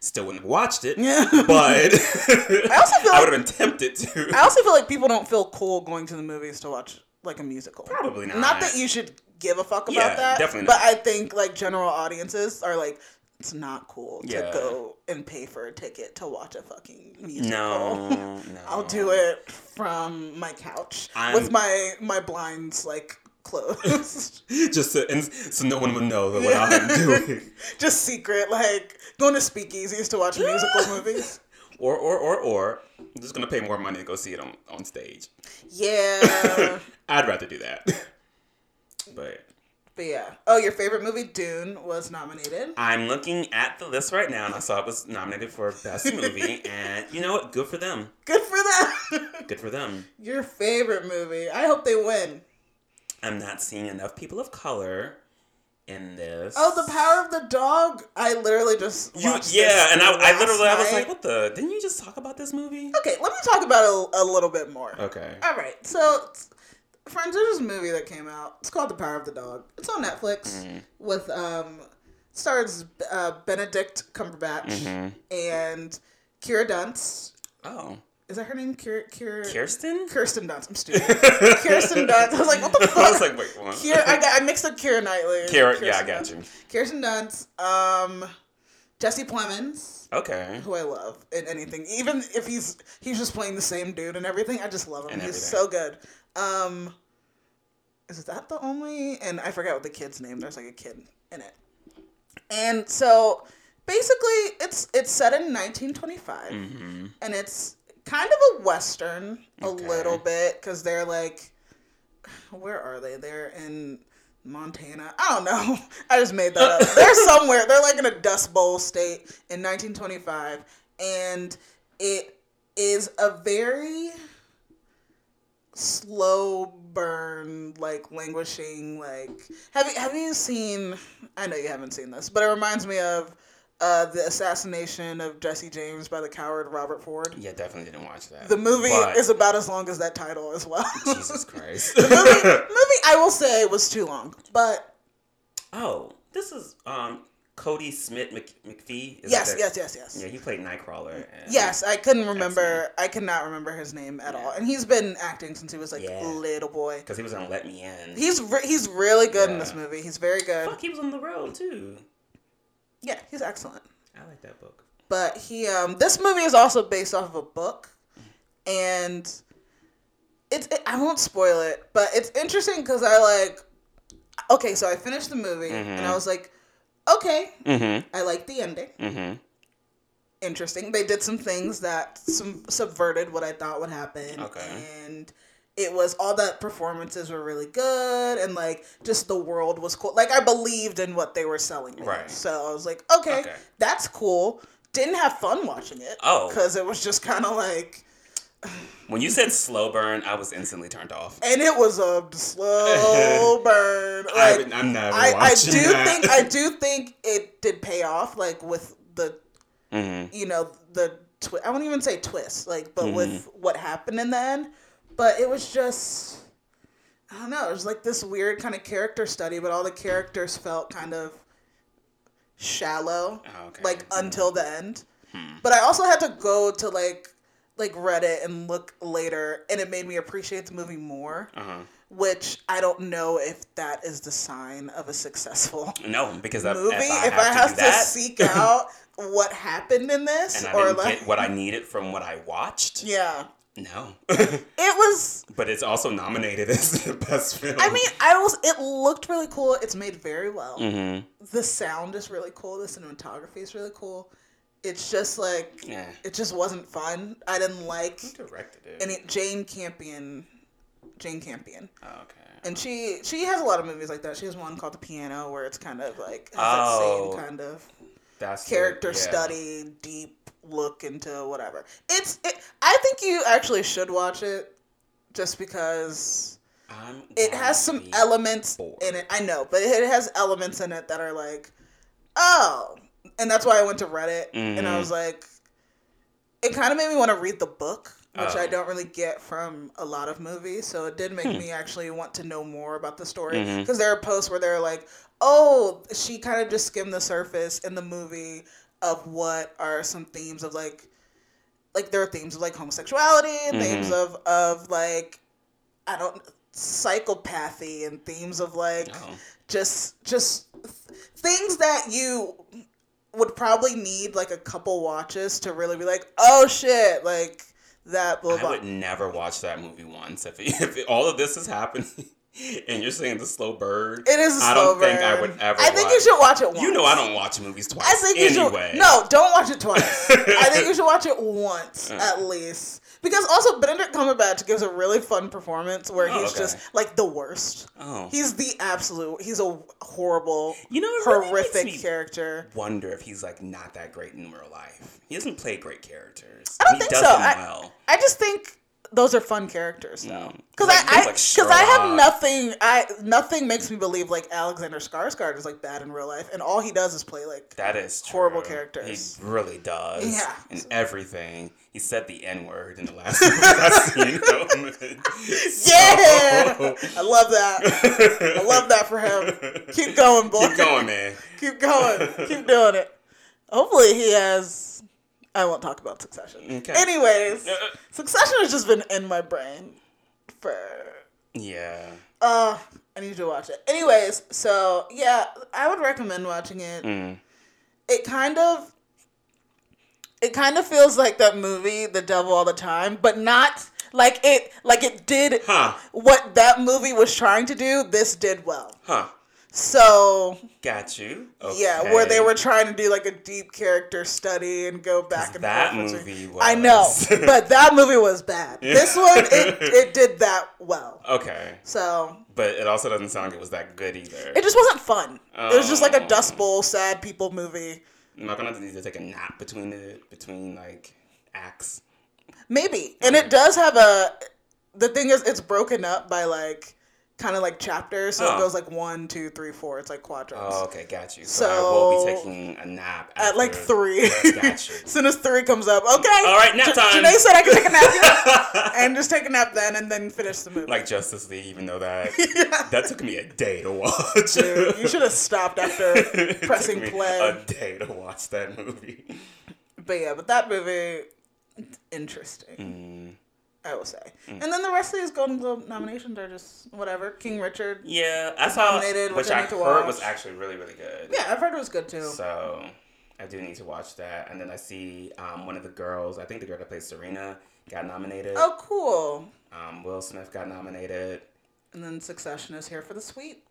A: still wouldn't have watched it.
B: Yeah.
A: <laughs> But <laughs> I
B: also feel
A: would have been tempted to. <laughs>
B: I also feel like people don't feel cool going to the movies to watch like a musical.
A: Probably not.
B: Not that you should give a fuck about
A: Yeah,
B: that.
A: definitely
B: But
A: not.
B: I think like general audiences are like, it's not cool to
A: Yeah.
B: go and pay for a ticket to watch a fucking musical.
A: no, no.
B: <laughs> I'll do it from my couch with
A: I'm-
B: my my blinds like <laughs> closed.
A: just so, and so no one would know that what I'm
B: <laughs>
A: doing.
B: Just secret, like going to speakeasies to
A: <gasps>
B: watch musical movies.
A: Or or or or I'm just gonna pay more money to go see it on on stage.
B: Yeah.
A: <laughs> I'd rather do that. but
B: <laughs> but yeah. Oh, your favorite movie, Dune, was nominated.
A: I'm looking at the list right now, and I saw it was nominated for best
B: <laughs>
A: movie, and you know what? Good for them.
B: Good for that. <laughs>
A: Good for them.
B: Your favorite movie. I hope they win.
A: I'm not seeing enough people of color in this.
B: Oh, The Power of the Dog. I literally just
A: You,
B: watched
A: yeah,
B: this
A: and I, I
B: last
A: literally I was
B: night.
A: like, what the? Didn't you just talk about this movie?
B: Okay, let me talk about it a, a little bit more.
A: Okay.
B: All right, so it's- friends, there's this movie that came out. It's called The Power of the Dog. It's on Netflix
A: Mm-hmm.
B: with um stars uh, Benedict Cumberbatch
A: Mm-hmm.
B: and Kira Dunst.
A: Oh,
B: Is that her name? Kira, Kira
A: Kirsten.
B: Kirsten Dunst. I'm stupid. Kirsten Dunst. I was like, what the
A: <laughs>
B: fuck?
A: I was like, wait, what?
B: Kira, I, got, I mixed up Kira Knightley. and
A: <laughs> Kira, yeah, I
B: Kirsten
A: got
B: Dunst.
A: you.
B: Kirsten Dunst, um, Jesse Plemons,
A: Okay.
B: who I love in anything, even if he's he's just playing the same dude and everything. I just love him.
A: And
B: he's
A: everything.
B: so good. Um, is that the only? And I forgot what the kid's name. There's like a kid in it. And so basically, it's it's set in 1925, and it's kind of a western a
A: Okay.
B: little bit because they're like, where are they? They're in Montana. I don't know. <laughs> I just made that up. They're somewhere. They're like in a Dust Bowl state in 1925, and it is a very slow burn, like languishing, like have you have you seen? I know you haven't seen this, but it reminds me of uh, the assassination of Jesse James by the coward Robert Ford.
A: Yeah, definitely didn't watch that.
B: The movie
A: But-
B: is about as long as that title
A: <laughs>
B: as well.
A: Jesus
B: <laughs>
A: Christ.
B: movie, movie, I will say, was too long, but
A: <laughs> oh, this is um Cody Smith Mc- McPhee. Is
B: yes,
A: that-
B: yes, yes, yes.
A: Yeah, he played Nightcrawler. and-
B: Yes, I couldn't remember. I could not remember his name at all, and he's been acting since he was like
A: Yeah.
B: little boy.
A: Cause he was on Let Me In.
B: He's re- he's really good in this
A: Yeah.
B: movie. He's very good.
A: Fuck, he was on the road too.
B: Yeah, he's excellent.
A: I like that book.
B: But he um this movie is also based off of a book and it's it, I won't spoil it, but it's interesting cuz I like okay, so I finished the movie and I was like okay,
A: Mm-hmm.
B: I like the ending.
A: Mm-hmm.
B: Interesting. They did some things that some subverted what I thought would happen.
A: Okay.
B: And it was all that performances were really good and like just the world was cool. Like I believed in what they were selling me.
A: Right.
B: So I was like, okay,
A: Okay.
B: that's cool. Didn't have fun watching it.
A: Oh.
B: Because it was just kind of like,
A: When you said slow burn, I was instantly turned off.
B: and it was a
A: <laughs>
B: slow burn.
A: I,
B: Like,
A: I'm never
B: I, I
A: watching
B: do
A: that.
B: think I do think it did pay off, like with the
A: Mhm.
B: you know the twi- I won't even say twist, like, but
A: Mm-hmm.
B: with what happened in the end. But it was just I don't know. It was like this weird kind of character study, but all the characters felt kind of shallow,
A: Oh, okay. Hmm.
B: like until the end. But I also had to go to like like Reddit and look later, and it made me appreciate the movie more.
A: Uh-huh.
B: Which I don't know if that is the sign of a successful
A: No, because <laughs> if,
B: movie.
A: if I have, to, do
B: to,
A: that, <laughs>
B: seek out what happened in this,
A: and I
B: or
A: didn't
B: like,
A: get what I needed from what I watched,
B: yeah,
A: no.
B: <laughs> it was.
A: but it's also nominated as the best film.
B: I mean, I was. It looked really cool. It's made very well.
A: Mm-hmm.
B: The sound is really cool. The cinematography is really cool. It's just like
A: Yeah.
B: it just wasn't fun. I didn't like
A: Directed it.
B: any Jane Campion. Jane Campion,
A: oh, okay.
B: and she she has a lot of movies like that. She has one called The Piano, where it's kind of like has that
A: Oh.
B: same kind of
A: That's the-
B: character
A: yeah.
B: study, deep look into whatever. It's. It, I think you actually should watch it, just because
A: I'm
B: it
A: gonna
B: has some
A: be-
B: elements
A: bored.
B: in it. I know, but it has elements in it that are like, oh, and that's why I went to Reddit and I
A: Mhm.
B: was like, it kind of made me want to read the book, which I
A: Oh.
B: don't really get from a lot of movies. So it did make me actually want to know more about the story because
A: Mhm.
B: there are posts where they're like, oh, she kind of just skimmed the surface in the movie of what are some themes of like like there are themes of like homosexuality and themes of of like I don't psychopathy and themes of like
A: Oh.
B: just just th- things that you would probably need like a couple watches to really be like oh shit like that blah
A: I
B: blah.
A: would never watch that movie once. If, <laughs> if all of this is happening <laughs> and you're saying the slow bird,
B: It is. I
A: I don't think I would ever.
B: I think
A: watch,
B: you should watch it once.
A: You know I don't watch movies twice.
B: I think you
A: anyway.
B: should. No, don't watch
A: <laughs>
B: it twice. I think you should watch it
A: Oh.
B: once at least. Because also Benedict Cumberbatch gives a really fun performance where
A: Oh,
B: he's
A: okay.
B: just like the worst.
A: Oh.
B: He's the absolute. He's a horrible,
A: You know, it really
B: horrific
A: makes me
B: character.
A: Wonder if he's like not that great in real life. He doesn't play great characters.
B: I don't
A: he
B: think
A: does
B: so.
A: them
B: I-
A: well.
B: I just think those are fun characters though.
A: Mm.
B: Because
A: Like-
B: I, I,
A: like
B: because I have
A: Sherlock.
B: nothing. I nothing makes me believe like Alexander Skarsgård is like bad in real life, and all he does is play like
A: That is true.
B: horrible characters.
A: He really does.
B: Yeah.
A: In everything. He said the N word in the last <laughs> movie I've seen <laughs> him. So- <laughs>
B: Yeah, I love that. I love that for him. Keep going, boy.
A: Keep going, man.
B: Keep going. Keep doing it. Hopefully, he has. I won't talk about Succession.
A: Okay.
B: Anyways,
A: Uh,
B: Succession has just been in my brain for
A: Yeah.
B: Uh, I need to watch it. Anyways, so yeah, I would recommend watching it.
A: Mm.
B: It kind of it kind of feels like that movie, The Devil All the Time, but not like it like it did
A: Huh.
B: what that movie was trying to do, this did well.
A: Huh.
B: So
A: Got you.
B: yeah, where they were trying to do like a deep character study and go back and
A: that
B: forth between-
A: movie
B: I know,
A: was-
B: but that movie
A: <laughs>
B: was bad. This one, it, it did that well.
A: Okay.
B: So
A: But it also doesn't sound like it was that good either.
B: It just wasn't fun. It was just like a
A: Oh.
B: Dust Bowl sad people movie.
A: Am I gonna need to take a nap between the between like acts?
B: Maybe. And it does have a the thing is it's broken up by like kind of like chapters. So it
A: Oh.
B: goes like one, two, three, four. It's like quadrants.
A: Oh, okay, got you. So, I will be
B: So-
A: taking a nap
B: At like
A: after-
B: three.
A: Got you.
B: <laughs> As soon as three comes up, okay.
A: All right, nap
B: Ja-
A: time.
B: Janae said I could
A: <laughs>
B: take a nap and just take a nap then and then finish the movie.
A: Like Justice League, even though that
B: <laughs> Yeah.
A: that took me a day to watch.
B: Dude, you should have stopped after
A: <laughs> It took
B: pressing
A: me
B: play.
A: A day to watch that movie.
B: But yeah, but that movie, interesting.
A: Mm.
B: I will say. And then the rest of these Golden Globe nominations are just whatever. King Richard.
A: Yeah, I saw
B: Nominated,
A: which
B: which I
A: I
B: need to
A: heard
B: watch.
A: was actually really really good.
B: Yeah, I've heard it was good too.
A: So I do need to watch that. And then I see um, one of the girls, I think the girl that plays Serena, got nominated.
B: oh, cool.
A: Um, Will Smith got nominated.
B: And then Succession is here for the sweep.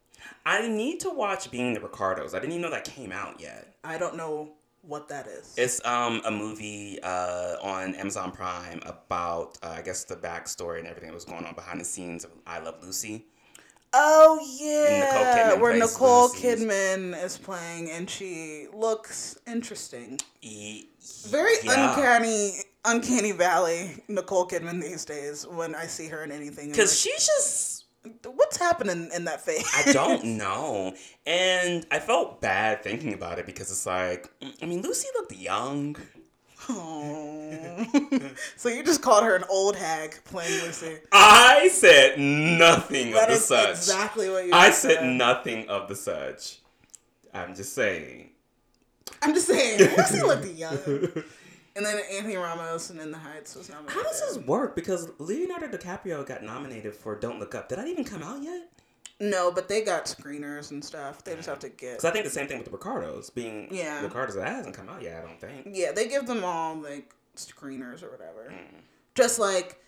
A: I need to watch Being the Ricardos. I didn't even know that came out yet.
B: I don't know what that is.
A: It's um, a movie uh, on Amazon Prime about, uh, I guess, the backstory and everything that was going on behind the scenes of I Love Lucy.
B: oh yeah,
A: Kidman
B: where
A: plays
B: Nicole
A: Lucy's-
B: Kidman is playing, and she looks interesting.
A: E-
B: Very
A: yeah.
B: uncanny, uncanny valley. Nicole Kidman these days. When I see her in anything, I'm
A: Because she's just
B: like, what's happening in that face? <laughs>
A: I don't know. And I felt bad thinking about it because it's like, I mean, Lucy looked young.
B: Aw. so you just called her an old hag playing Lucy.
A: I said nothing
B: That
A: of the
B: is
A: such.
B: exactly what you.
A: I
B: just
A: said nothing of the such. I'm just saying.
B: I'm just saying,
A: <laughs>
B: Lucy looked young. And then Anthony Ramos and In the Heights was nominated.
A: How does this work? Because Leonardo DiCaprio got nominated for Don't Look Up. Did that even come out yet?
B: No, but they got screeners and stuff. They just have to get.
A: Because I think the same thing with the Ricardos being
B: Yeah.
A: the Ricardos. That hasn't come out yet. I don't think.
B: Yeah, they give them all like screeners or whatever.
A: Mm.
B: Just like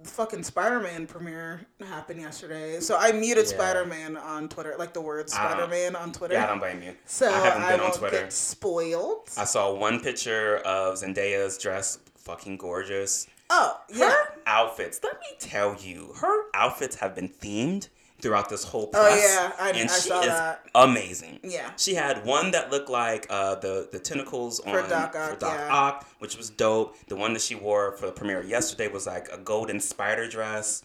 B: the fucking Spider Man premiere happened yesterday. So I muted
A: Yeah.
B: Spider Man on Twitter, like the word
A: I don't-
B: Spider Man on Twitter.
A: Yeah, I don't blame you.
B: so
A: I haven't been on
B: won't
A: Twitter.
B: get spoiled.
A: I saw one picture of Zendaya's dress, fucking gorgeous.
B: oh yeah.
A: Her outfits, let me tell you, her outfits have been themed throughout this whole
B: Oh,
A: press.
B: yeah. I-
A: and
B: I
A: she
B: saw
A: is
B: that.
A: amazing.
B: Yeah.
A: She had one that looked like uh, the the tentacles
B: For
A: on
B: Doc
A: for
B: Ock,
A: Doc
B: yeah.
A: Ock, which was dope. The one that she wore for the premiere yesterday was like a golden spider dress,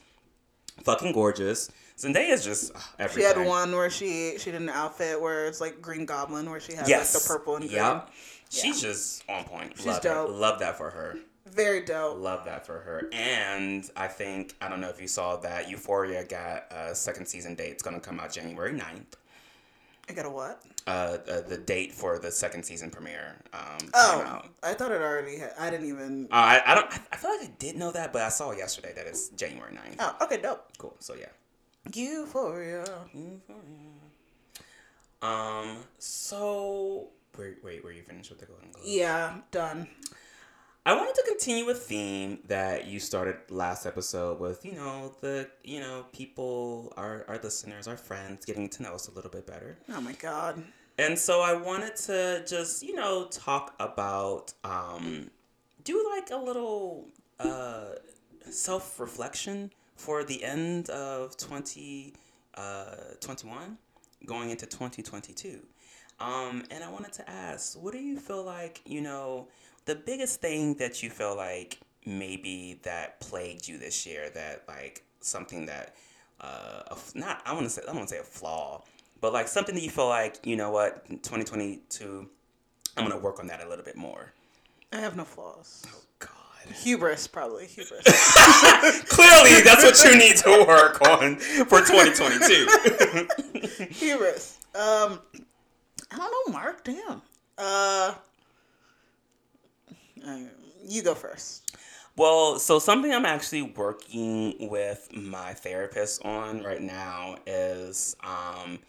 A: fucking gorgeous. Zendaya's just ugh,
B: She
A: everything.
B: had one where she she did an outfit where it's like Green Goblin, where she had
A: yes,
B: like the purple and green.
A: Yep. She's just on point.
B: She's
A: Love
B: dope.
A: Her. Love that for her.
B: Very dope.
A: Love that for her. And I think, I don't know if you saw that Euphoria got a second season date. It's going to come out January 9th.
B: I got a what?
A: Uh, uh, the date for the second season premiere um,
B: Oh,
A: came out.
B: I thought it already. Had, I didn't even.
A: Uh, I, I don't. I, I feel like I did know that, but I saw yesterday that it's January 9th.
B: Oh, okay, dope.
A: Cool. So yeah.
B: Euphoria.
A: Um. So wait, wait. Were you finished with the Golden Globes?
B: Yeah, done.
A: I wanted to continue a theme that you started last episode with, you know, the you know, people our our listeners, our friends getting to know us a little bit better.
B: Oh my god.
A: And so I wanted to just, you know, talk about um do like a little uh self-reflection for the end of 20 uh 21 going into 2022. Um and I wanted to ask, what do you feel like, you know, the biggest thing that you feel like maybe that plagued you this year that like something that uh, a f- not I want to say I don't want to say a flaw, but like something that you feel like you know what, twenty twenty two, I'm gonna work on that a little bit more.
B: I have no flaws.
A: God,
B: Hubris,
A: <laughs>
B: probably hubris.
A: clearly that's what you need to work on for twenty twenty two.
B: hubris. Um, I don't know, Mark. Damn. Uh, um, you go first.
A: <laughs> Well, so something I'm actually working with my therapist on right now is um,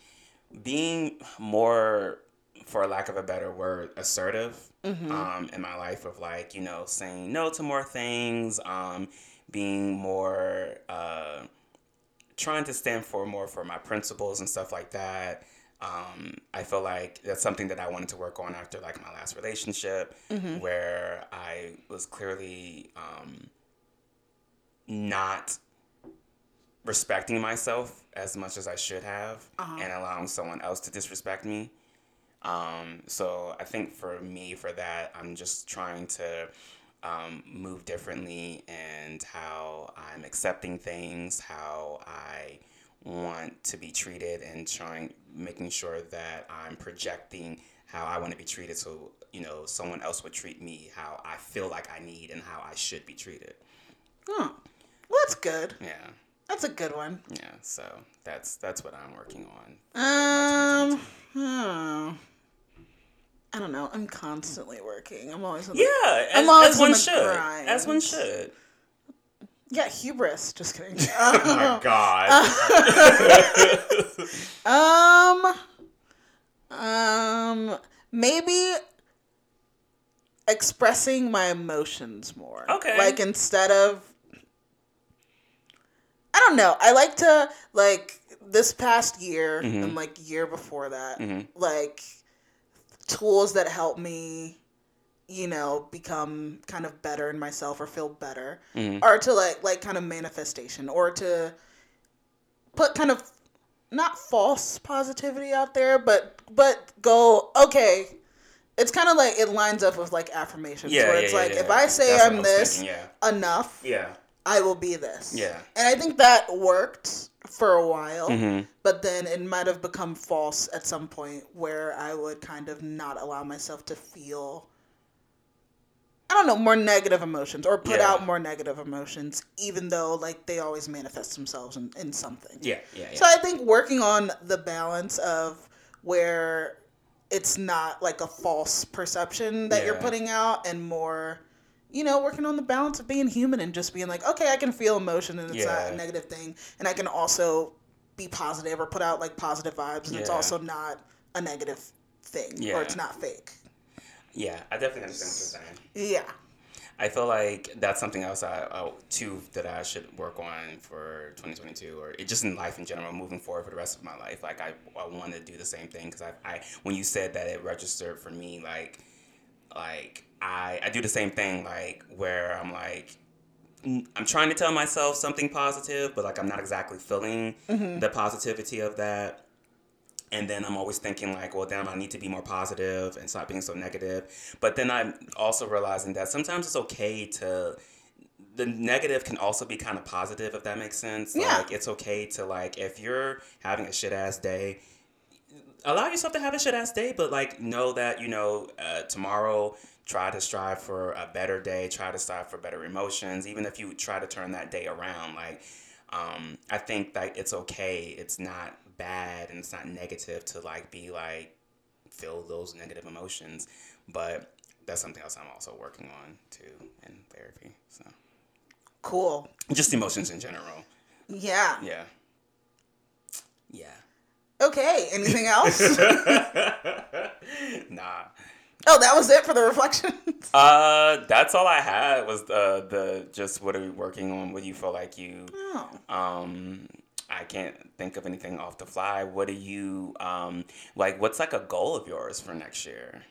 A: being more, for lack of a better word, assertive um, in my life of like, you know, saying no to more things, um, being more, uh, trying to stand for more for my principles and stuff like that. Um, I feel like that's something that I wanted to work on after like my last relationship, where I was clearly um, not respecting myself as much as I should have, and allowing someone else to disrespect me. Um, so I think for me, for that, I'm just trying to um, move differently and how I'm accepting things, how I want to be treated, and trying making sure that I'm projecting how I want to be treated, so you know someone else would treat me how I feel like I need and how I should be treated.
B: Huh. Well, that's good.
A: Yeah,
B: That's a good one.
A: yeah. So that's that's what I'm working on.
B: Um, hmm. I don't know. I'm constantly working. I'm always on the-
A: Yeah, as,
B: always
A: as
B: on
A: one
B: the
A: should,
B: grind.
A: as one should.
B: yeah, hubris. Just kidding.
A: <laughs> Oh my <laughs> god.
B: Um, um, maybe expressing my emotions more.
A: Okay.
B: Like instead of, I don't know. I like to like this past year and like year before that, like tools that help me you know become kind of better in myself or feel better
A: Mm-hmm.
B: or to like like kind of manifestation or to put kind of not false positivity out there, but but go okay. It's kind of like it lines up with like affirmations,
A: yeah,
B: where
A: yeah,
B: it's
A: yeah,
B: like
A: yeah.
B: if I say
A: That's what
B: I'm
A: was
B: this
A: thinking, yeah.
B: enough,
A: Yeah.
B: I will be this.
A: Yeah.
B: and I think that worked for a while,
A: Mhm.
B: but then it might have become false at some point, where I would kind of not allow myself to feel. I don't know, more negative emotions or put
A: Yeah.
B: out more negative emotions, even though like they always manifest themselves in, in something.
A: Yeah, yeah, yeah.
B: So I think working on the balance of where it's not like a false perception that you're
A: Yeah.
B: putting out and more you know working on the balance of being human and just being like okay I can feel emotion and it's not
A: Yeah.
B: a negative thing and I can also be positive or put out like positive vibes and it's
A: Yeah.
B: also not a negative thing
A: Yeah.
B: or it's not fake.
A: yeah, I definitely understand what you're saying.
B: Yeah.
A: I feel like that's something else I uh, too that I should work on for 2022 or it, just in life in general, moving forward for the rest of my life. Like I, I want to do the same thing because I, I when you said that it registered for me like like I I do the same thing like where I'm like I'm trying to tell myself something positive, but like I'm not exactly feeling the positivity of that. And then I'm always thinking like, well, damn, I need to be more positive and stop being so negative. But then I'm also realizing that sometimes it's okay to the negative can also be kind of positive if that makes sense.
B: Yeah.
A: Like it's okay to like if you're having a shit ass day, allow yourself to have a shit ass day, but like know that you know uh, tomorrow. Try to strive for a better day. Try to strive for better emotions. Even if you try to turn that day around, like um, I think like it's okay. It's not bad and it's not negative to like be like feel those negative emotions. But that's something else I'm also working on too in therapy. So
B: Cool.
A: just emotions in general. <laughs>
B: Yeah.
A: Yeah. Yeah. <laughs>
B: Okay. Anything else? <laughs>
A: Nah.
B: oh, that was it for the reflections.
A: Uh, that's all I had was the the just what are we working on? What do you feel like you
B: Oh.
A: um I can't think of anything off the fly. What do you um like what's like a goal of yours for next year?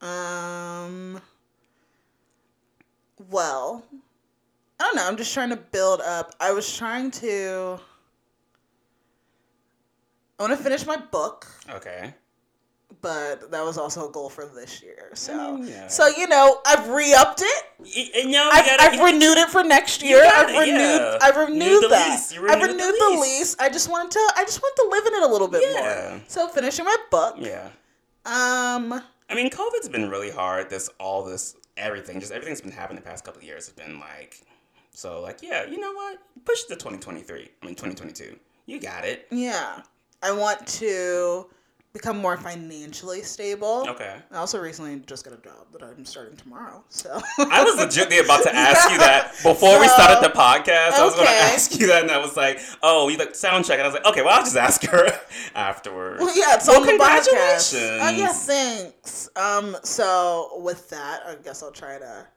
B: Um. Well, I don't know. I'm just trying to build up. I was trying to. I want to finish my book,
A: Okay.
B: but that was also a goal for this year. So,
A: mean, yeah.
B: so you know, I've re-upped it.
A: Y- And now you
B: I've,
A: gotta
B: I've renewed it for next year.
A: got
B: I've
A: it,
B: renewed.
A: yeah.
B: I've renewed
A: Renewed the
B: that.
A: lease. You
B: I've renewed
A: renewed the
B: the
A: lease.
B: lease. I just wanted to. I just want to live in it a little bit
A: Yeah.
B: more. So finishing my book.
A: Yeah.
B: Um.
A: I mean, COVID's been really hard. This, all this, everything, just everything's been happening the past couple of years has been like, so like, yeah, you know what? Push it to 2023. I mean, 2022. You got it.
B: Yeah. I want to become more financially stable.
A: Okay.
B: I also recently just got a job that I'm starting tomorrow. So. <laughs>
A: I was legitimately about to ask you that before we started the podcast. I was going to
B: Okay.
A: ask you that, and I was like, "Oh, you like sound check?" And I was like, "Okay, well, I'll just ask her <laughs> afterwards."
B: Well, yeah, it's on the podcast.
A: congratulations.
B: Uh, yeah, thanks. Um, so with that, I guess I'll try to,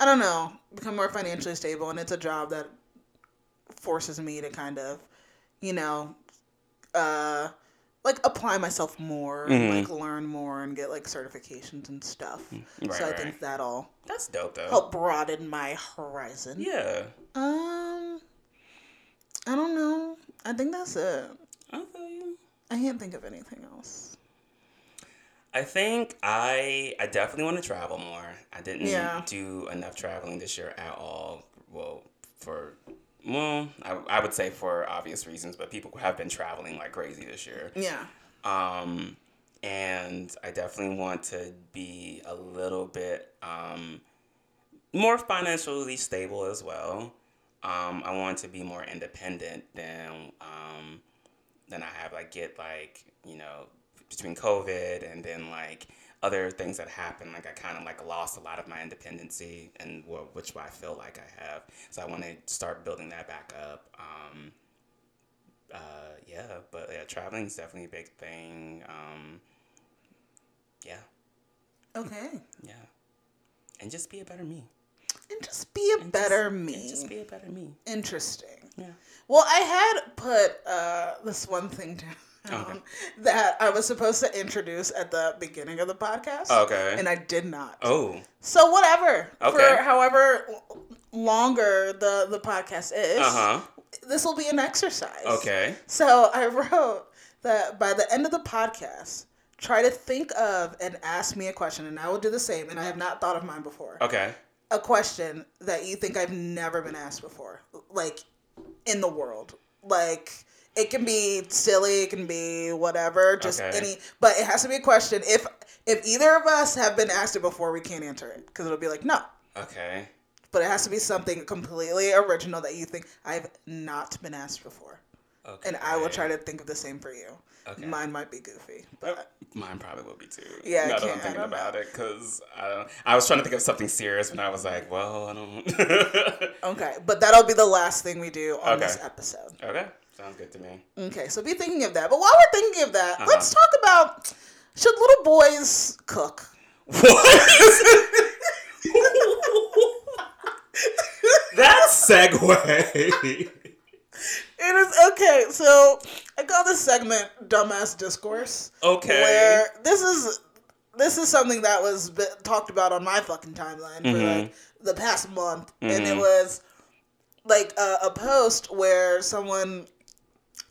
B: I don't know, become more financially stable, and it's a job that forces me to kind of, you know, uh, like apply myself more, and
A: Mhm.
B: like learn more, and get like certifications and stuff.
A: Right,
B: so I
A: Mm, right.
B: think that'll
A: That's dope, though.
B: help broaden my horizon.
A: Yeah.
B: Um, I don't know. I think that's it.
A: I feel you.
B: I can't think of anything else.
A: I think I I definitely want to travel more. I didn't
B: Yeah.
A: do enough traveling this year at all. Well, for well, I, I would say for obvious reasons, but people have been traveling like crazy this year.
B: Yeah.
A: Um, and I definitely want to be a little bit um, more financially stable as well. Um, I want to be more independent than um, than I have. Like get like you know between COVID and then like other things that happened. Like I kind of like lost a lot of my independency and wh- which I feel like I have. So I want to start building that back up. Um, uh, yeah, but yeah, traveling is definitely a big thing. Um, yeah,
B: Okay.
A: yeah, and just be a better me.
B: And just be a better me.
A: And just be a better me.
B: Interesting.
A: Yeah.
B: Well, I had put uh, this one thing <laughs> down
A: Okay.
B: that I was supposed to introduce at the beginning of the podcast.
A: Okay.
B: And I did not.
A: oh.
B: So whatever.
A: Okay.
B: For however l- longer the, the podcast is,
A: Uh huh.
B: this will be an exercise.
A: Okay.
B: So I wrote that by the end of the podcast, try to think of and ask me a question, and I will do the same. And I have not thought of mine before.
A: Okay.
B: a question that you think I've never been asked before, like in the world. Like it can be silly, it can be whatever, just
A: Okay.
B: any, but it has to be a question. If if either of us have been asked it before, we can't answer it because it'll be like no.
A: Okay.
B: But it has to be something completely original that you think I've not been asked before,
A: Okay.
B: and I will try to think of the same for you.
A: Okay.
B: Mine might be goofy,
A: Uh,
B: but
A: Mine probably will be too.
B: Yeah, I
A: now that I'm
B: can't- I
A: thinking
B: don't know.
A: about it, because I, I was trying to think of something serious, and I was like, well, I don't. <laughs>
B: okay. But that'll be the last thing we do on this
A: Okay.
B: episode.
A: okay, sounds good to me.
B: Okay, so be thinking of that. But while we're thinking of
A: Uh-huh.
B: that, let's talk about should little boys cook?
A: that segue.
B: It is okay. So I call this segment "Dumbass Discourse."
A: Okay.
B: where this is this is something that was b- talked about on my fucking timeline for like the past month, and it was like a, a post where someone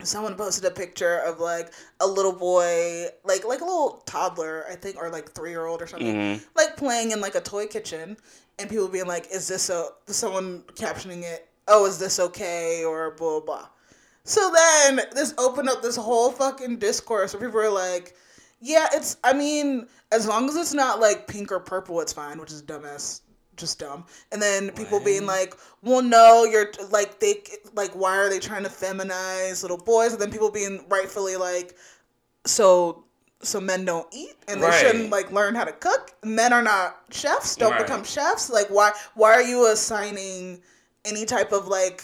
B: someone posted a picture of like a little boy like like a little toddler i think or like three year old or something like playing in like a toy kitchen and people being like is this a someone captioning it oh is this okay or blah blah, blah. so then this opened up this whole fucking discourse where people were like yeah it's i mean as long as it's not like pink or purple it's fine which is dumbass just dumb and then people being like well no you're like they like why are they trying to feminize little boys and then people being rightfully like so so men don't eat and they
A: Right.
B: shouldn't like learn how to cook men are not chefs don't
A: Right.
B: become chefs like why why are you assigning any type of like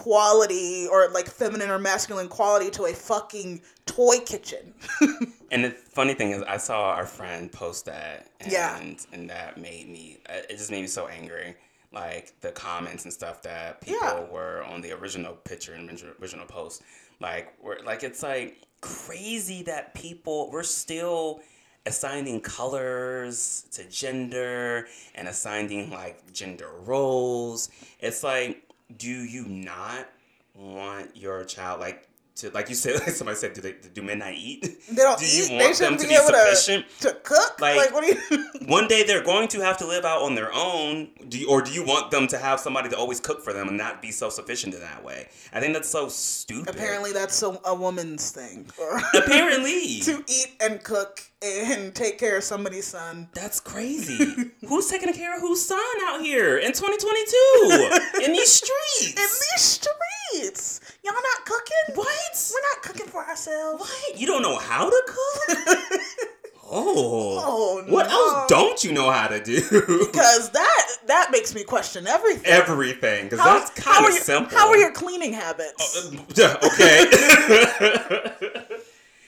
B: quality or like feminine or masculine quality to a fucking toy kitchen <laughs>
A: And the funny thing is, I saw our friend post that, and
B: Yeah.
A: and that made me. uh, It just made me so angry. Like the comments and stuff that people
B: Yeah.
A: were on the original picture and orig- original post. Like, we're, like it's like crazy that people we're still assigning colors to gender and assigning like gender roles. It's like, do you not want your child like? To, like you said, <laughs> like somebody said, do, they, do men not eat?
B: They don't
A: Do you
B: eat. They
A: want them
B: shouldn't
A: to
B: be,
A: be
B: able to,
A: sufficient?
B: to cook.
A: Like-
B: Like, what do you? <laughs>
A: One day they're going to have to live out on their own. Do you, or do you want them to have somebody to always cook for them and not be self sufficient in that way? I think that's so stupid.
B: Apparently, that's a, a woman's thing. <laughs>
A: Apparently.
B: to eat and cook and take care of somebody's son.
A: That's crazy. who's taking care of whose son out here in 2022 in these streets?
B: <laughs> In these streets, y'all not cooking.
A: what?
B: We're not cooking for ourselves.
A: What? You don't know how to
B: <laughs>
A: cook? oh.
B: Oh,
A: What
B: no.
A: else don't you know how to do?
B: Because that that makes me question everything.
A: <laughs> Everything, because
B: How-
A: that's
B: how
A: kind
B: are
A: of
B: your-
A: simple. Oh,
B: How are your cleaning habits?
A: Yeah, okay.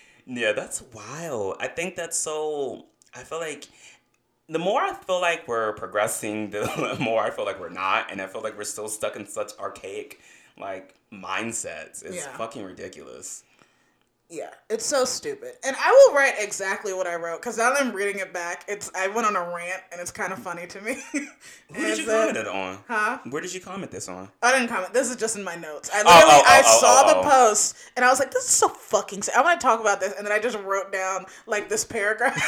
A: <laughs> yeah, that's wild. I think that's so. I feel like the more I feel like we're progressing, <laughs> the more I feel like we're not, and I feel like we're still stuck in such archaic like mindsets. It's
B: Yeah.
A: fucking ridiculous.
B: Yeah, it's so stupid. And I will write exactly what I wrote because now that I'm reading it back, it's I went on a rant and it's kind of funny to me. <laughs>
A: Who did you comment it on?
B: Huh?
A: Where did you comment this on?
B: I didn't comment. This is just in my notes.
A: oh,
B: I literally
A: oh,
B: I
A: oh,
B: saw
A: oh.
B: the post and I was like, "This is so fucking." Sick. I want to talk about this, and then I just wrote down like this paragraph.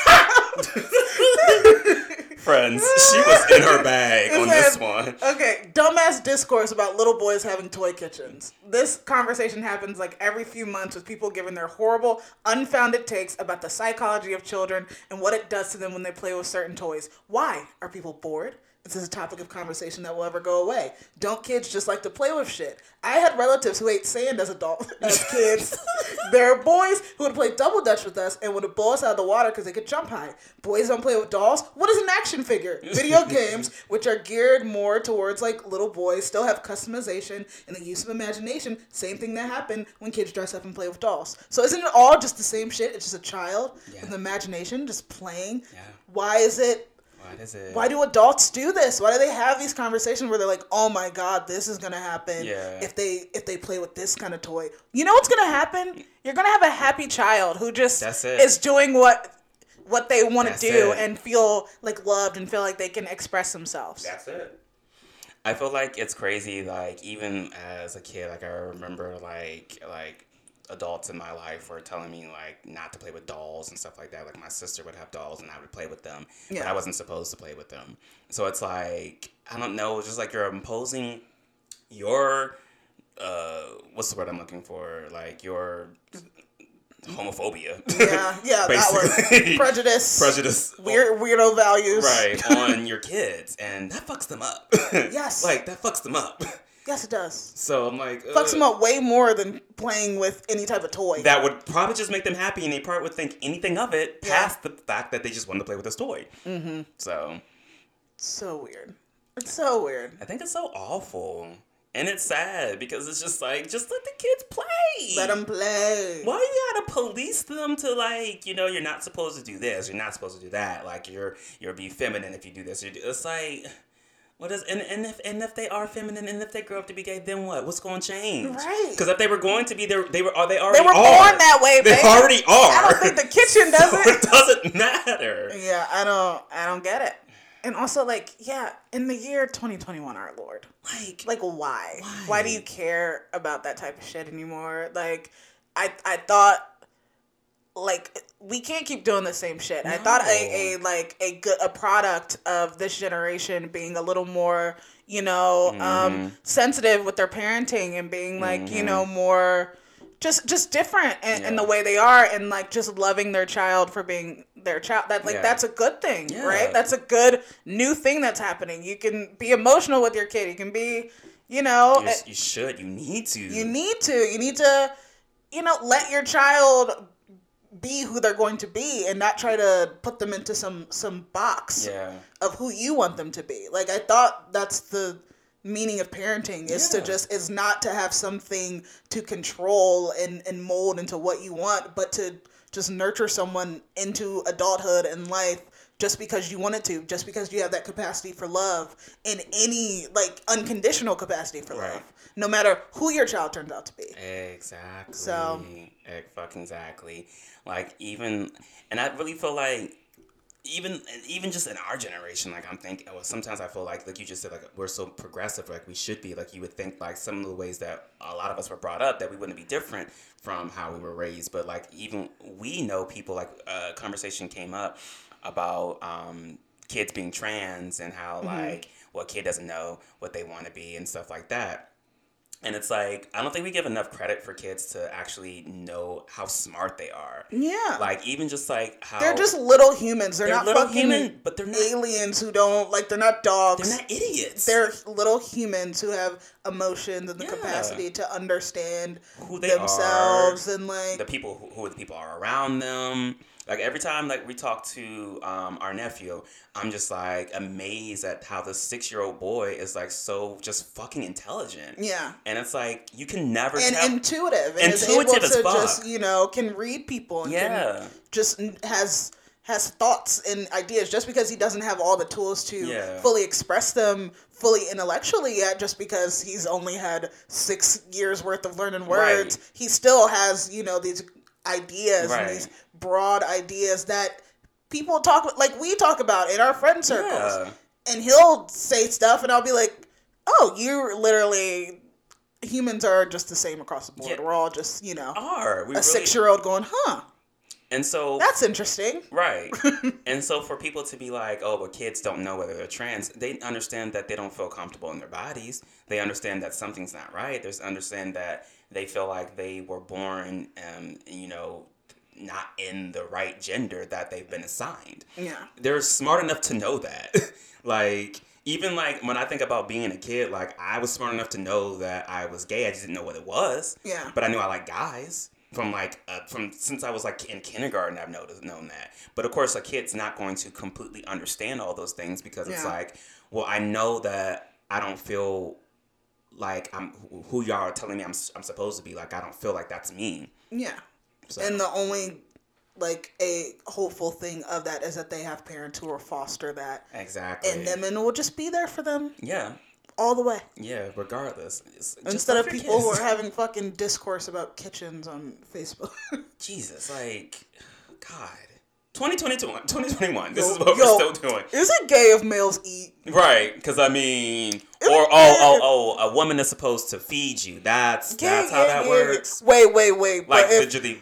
A: Friends, she was in her bag
B: <laughs> It
A: on this
B: said,
A: one.
B: Okay, dumbass discourse about little boys having toy kitchens. This conversation happens like every few months with people giving their horrible, unfounded takes about the psychology of children and what it does to them when they play with certain toys. Why? Are people bored? This is a topic of conversation that will ever go away. Don't kids just like to play with shit? I had relatives who ate sand as adults, <laughs> as kids. there are boys who would play double dutch with us and would blow us out of the water because they could jump high. Boys don't play with dolls. What is an
A: <laughs>
B: action figure? Video games, which are geared more towards like little boys, still have customization and the use of imagination. Same thing that happened when kids dress up and play with dolls. So isn't it all just the same shit? It's just a child with
A: Yeah.
B: imagination just playing.
A: Yeah.
B: Why is it
A: What is it?
B: why do adults do this? Why do they have these conversations where they're like, "Oh my god, this is gonna happen
A: Yeah.
B: if they if they play with this kind of toy." You know what's gonna happen? You're gonna have a happy child who just
A: That's it.
B: is doing what what they want to
A: That's
B: do
A: it.
B: and feel like loved and feel like they can express themselves.
A: That's it. I feel like it's crazy. Like even as a kid, like I remember like like adults in my life were telling me like not to play with dolls and stuff like that. Like my sister would have dolls and I would play with them, but
B: Yeah.
A: I wasn't supposed to play with them. So it's like I don't know. It's just like you're imposing your uh what's the word I'm looking for? Like
B: <laughs>
A: your homophobia.
B: <laughs> Yeah, yeah, that
A: Basically.
B: word <laughs>
A: <laughs>
B: prejudice,
A: Prejudice.
B: weird weirdo
A: <laughs>
B: values. <laughs>
A: right on your kids and that fucks them up <laughs>
B: Yes.
A: like that fucks them up <laughs>
B: Yes, it does.
A: so i'm like
B: Fucks
A: ugh.
B: them up way more than playing with any type of toy.
A: that would probably just make them happy and they probably would think anything of it past the fact that they just wanted to play with this toy mm-hmm. so
B: so weird. It's so weird.
A: i think it's so awful and it's sad because it's just like just let the kids play
B: Let them play.
A: why you gotta police them to like you know you're not supposed to do this you're not supposed to do that like you're you're be feminine if you do this you do, it's like what is and, and if and if they are feminine and if they grow up to be gay then what what's going to change
B: Right.
A: because if they were going to be there they were are they already
B: They were
A: are.
B: born that way,
A: they
B: baby.
A: already are <laughs>
B: I don't think the kitchen does
A: so it
B: it.
A: doesn't matter
B: Yeah, I don't. I don't get it. And also, like, yeah, in the year 2021, our Lord.
A: Like,
B: Like, why?
A: Why?
B: Why do you care about that type of shit anymore? Like, I, I thought, like, we can't keep doing the same shit. I thought a, a, like, a good, a product of this generation being a little more, you know,
A: Mm-hmm.
B: um, sensitive with their parenting and being, like, you know, more. Just, just different in, in
A: Yeah.
B: the way they are, and like just loving their child for being their child. That like
A: Yeah.
B: that's a good thing, right?
A: Yeah.
B: That's a good new thing that's happening. You can be emotional with your kid. You can be, you know,
A: you're-
B: eh,
A: you should. You need to.
B: you need to. You need to, you know, let your child be who they're going to be and not try to put them into some some box
A: Yeah.
B: of who you want them to be. Like I thought that's the meaning of parenting is
A: Yeah.
B: to just is not to have something to control and, and mold into what you want, but to just nurture someone into adulthood and life just because you wanted to, just because you have that capacity for love in any like unconditional capacity for
A: Right.
B: love. No matter who your child turns out to be.
A: Exactly.
B: So-
A: Ex- fucking exactly. Like even, and I really feel like even even just in our generation, like I'm thinking, well, sometimes I feel like like you just said, like we're so progressive, like we should be. Like you would think, like some of the ways that a lot of us were brought up, that we wouldn't be different from how we were raised. But like even we know people. Like a conversation came up about um, kids being trans and how like what kid doesn't know what they want to be and stuff like that. And it's like I don't think we give enough credit for kids to actually know how smart they are.
B: Yeah.
A: Like even just like how
B: they're just little humans. They're,
A: they're
B: not
A: little
B: fucking
A: human, but they're not
B: aliens who don't like they're not dogs.
A: they're not idiots.
B: they're little humans who have emotions and the
A: Yeah.
B: capacity to understand
A: who they
B: themselves
A: are,
B: and like
A: the people who, who the people are around them. Like every time like we talk to um, our nephew, I'm just like amazed at how this six year old boy is like so just fucking intelligent.
B: yeah
A: And it's like you can never
B: and
A: tell.
B: intuitive and
A: Intuitive
B: is
A: as
B: able to
A: fuck.
B: just you know can read people and can
A: yeah.
B: just n- has has thoughts and ideas just because he doesn't have all the tools to
A: Yeah.
B: fully express them fully intellectually yet just because he's only had six years worth of learning words
A: Right.
B: he still has you know these ideas
A: Right.
B: and these broad ideas that people talk like we talk about in our friend circles
A: Yeah.
B: and he'll say stuff and i'll be like oh you're literally humans are just the same across the board
A: Yeah.
B: we're all just you know
A: Are we
B: a six year old going huh
A: and so
B: that's interesting
A: Right. and so for people to be like, oh, but kids don't know whether they're trans, they understand that they don't feel comfortable in their bodies. They understand that something's not right. There's understand that they feel like they were born, um, you know, not in the right gender that they've been assigned
B: yeah
A: they're smart enough to know that. <laughs> like even like when I think about being a kid, like I was smart enough to know that I was gay. I just didn't know what it was.
B: Yeah.
A: But I knew I liked guys from like uh, from since I was like in kindergarten. I've noticed known that. But of course, a kid's not going to completely understand all those things because it's
B: Yeah.
A: like, well, I know that I don't feel like I'm who- who y'all are telling me I'm s- I'm supposed to be. Like I don't feel like that's me.
B: Yeah.
A: So,
B: And the only like a hopeful thing of that is that they have parents who will foster that
A: exactly.
B: and them and will just be there for them
A: yeah.
B: all the way.
A: Yeah, regardless. It's just
B: Instead
A: like
B: of
A: your
B: people who
A: kids.
B: are having fucking discourse about kitchens on Facebook.
A: Jesus, like, God. 2022, 2021. <laughs> This is
B: Yo-
A: what
B: yo,
A: we're still doing.
B: is it gay if males eat?
A: Right, because I mean, or
B: was
A: oh, oh, oh, a woman is supposed to feed you. That's
B: Gay,
A: that's how
B: yeah,
A: that
B: yeah.
A: works.
B: Wait, wait, wait.
A: Like,
B: but, if,
A: literally,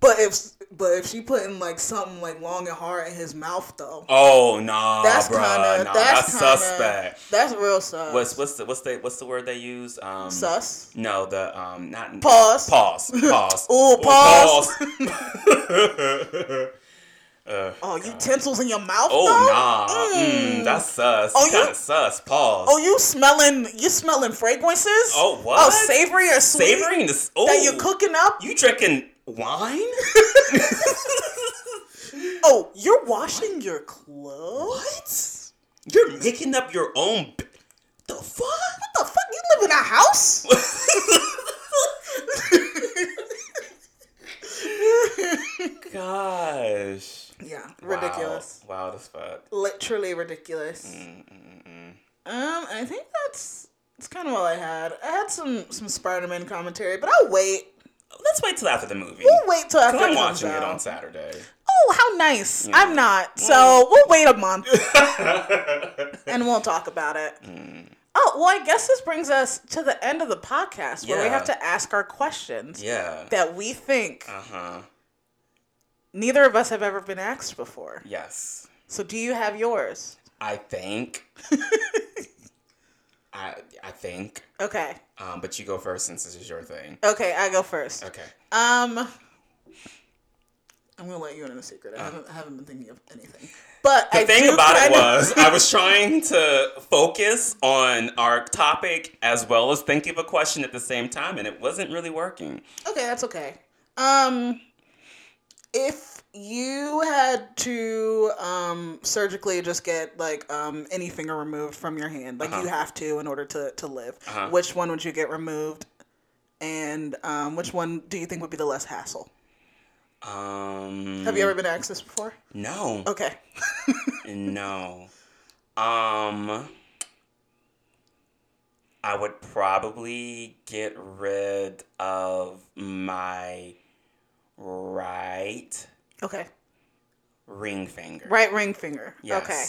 B: but if but if she putting like something like long and hard in his mouth though,
A: oh, nah,
B: that's
A: bruh,
B: kind of
A: nah, that's,
B: that's, kinda,
A: suspect.
B: That's real sus.
A: What's, what's, the, what's, the, what's the word they use? Um,
B: sus?
A: No, the, um, not.
B: Pause. <laughs>
A: Pause. Pause.
B: Ooh, pause. <laughs>
A: pause.
B: Oh, utensils in your mouth?
A: <laughs>
B: though?
A: oh, nah. Mm, that's sus.
B: Oh,
A: Oh,
B: you-
A: kind of sus. Pause.
B: Oh, you smelling? You smelling fragrances?
A: Oh, what?
B: Oh, savory or sweet?
A: savoring this. Oh,
B: that you're cooking up?
A: You drinking
B: <laughs>
A: wine?
B: oh, you're washing your clothes?
A: what? You're making up your own. b- <laughs> The fuck?
B: What the fuck? You live in
A: <laughs>
B: a house?
A: Gosh.
B: <laughs> yeah, ridiculous.
A: Wow. Wild as fuck.
B: Literally ridiculous. Um, I think that's that's kind of all I had. I had some some Spider-Man commentary, but I'll wait.
A: Let's wait till after the movie.
B: I'll wait till after
A: I'm
B: it comes
A: watching it
B: out. <laughs>
A: on Saturday.
B: Oh, how nice.
A: Mm.
B: I'm not. So we'll wait a month and we'll talk
A: <laughs>
B: about it.
A: Mm.
B: Oh, well, I guess this brings us to the end of the podcast where we
A: Yeah.
B: have to ask our questions
A: yeah.
B: that we think
A: Uh huh.
B: neither of us have ever been asked before.
A: Yes.
B: So do you have yours?
A: I
B: <laughs>
A: think. I I think.
B: Okay.
A: Um, but you go first since this is your thing.
B: Okay, I go first.
A: Okay.
B: Um, I'm gonna let you in on a secret. I haven't, I haven't been thinking of anything. But
A: Uh. The
B: I
A: thing
B: do
A: about it
B: kind of-
A: was, I
B: <laughs>
A: was trying to focus on our topic as well as think of a question at the same time, and it wasn't really working.
B: okay, that's okay. Um, if you had to um surgically just get like um any finger removed from your hand, like you have to in order to to live,
A: Uh-huh.
B: which one would you get removed? And um, which one do you think would be the less hassle?
A: Um,
B: Have you ever been asked this before?
A: No.
B: Okay.
A: No. Um I would probably get rid of my right
B: Okay.
A: ring finger.
B: Right ring finger.
A: Yes.
B: Okay.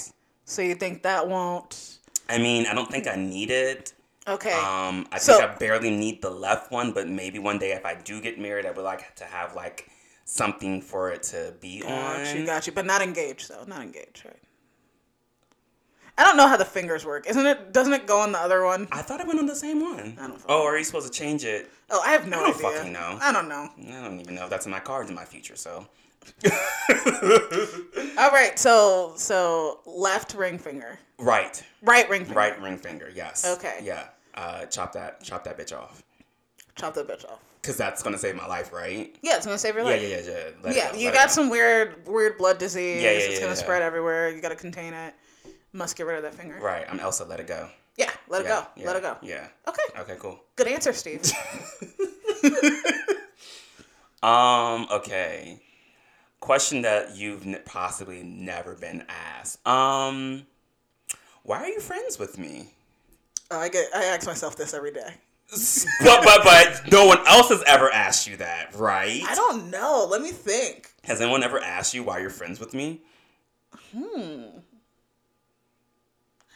B: So you think that won't?
A: I mean, I don't think I need it.
B: Okay.
A: Um I
B: So-
A: think I barely need the left one, but maybe one day if I do get married, I would like to have like something for it to be
B: Got you,
A: on.
B: got you. But not engaged though. Not engaged, right? I don't know how the fingers work. Isn't it? Doesn't it go on the other one?
A: I thought I went on the same one.
B: I don't fucking
A: oh, are you supposed to change it?
B: Oh, I have no
A: don't
B: idea.
A: fucking know.
B: I don't know.
A: I don't even know if that's in my cards in my future, so
B: All right. So so left ring finger,
A: right.
B: right ring finger.
A: Right ring finger, yes.
B: Okay.
A: Yeah. Uh, chop that, chop that bitch off,
B: Chop that bitch off.
A: cause that's gonna save my life, right?
B: Yeah, it's gonna save your
A: Yeah,
B: life.
A: yeah, yeah, yeah. Let it
B: Yeah,
A: go,
B: you
A: let it
B: got
A: go.
B: some weird weird blood disease.
A: Yeah, yeah,
B: it's
A: yeah,
B: gonna
A: yeah.
B: spread everywhere. You gotta contain it. Must get rid of that finger.
A: Right, I'm Elsa. Let it go.
B: Yeah, let it
A: Yeah,
B: go.
A: yeah,
B: Let it go.
A: Yeah.
B: Okay.
A: Okay. Cool.
B: Good answer, Steve.
A: <laughs> Um. Okay. Question that you've n- possibly never been asked. Um. Why are you friends with me? <laughs>
B: oh, I get. I ask myself this every day.
A: S- but but but no one else has ever asked you that, right?
B: I don't know. Let me think.
A: Has anyone ever asked you why you're friends with me?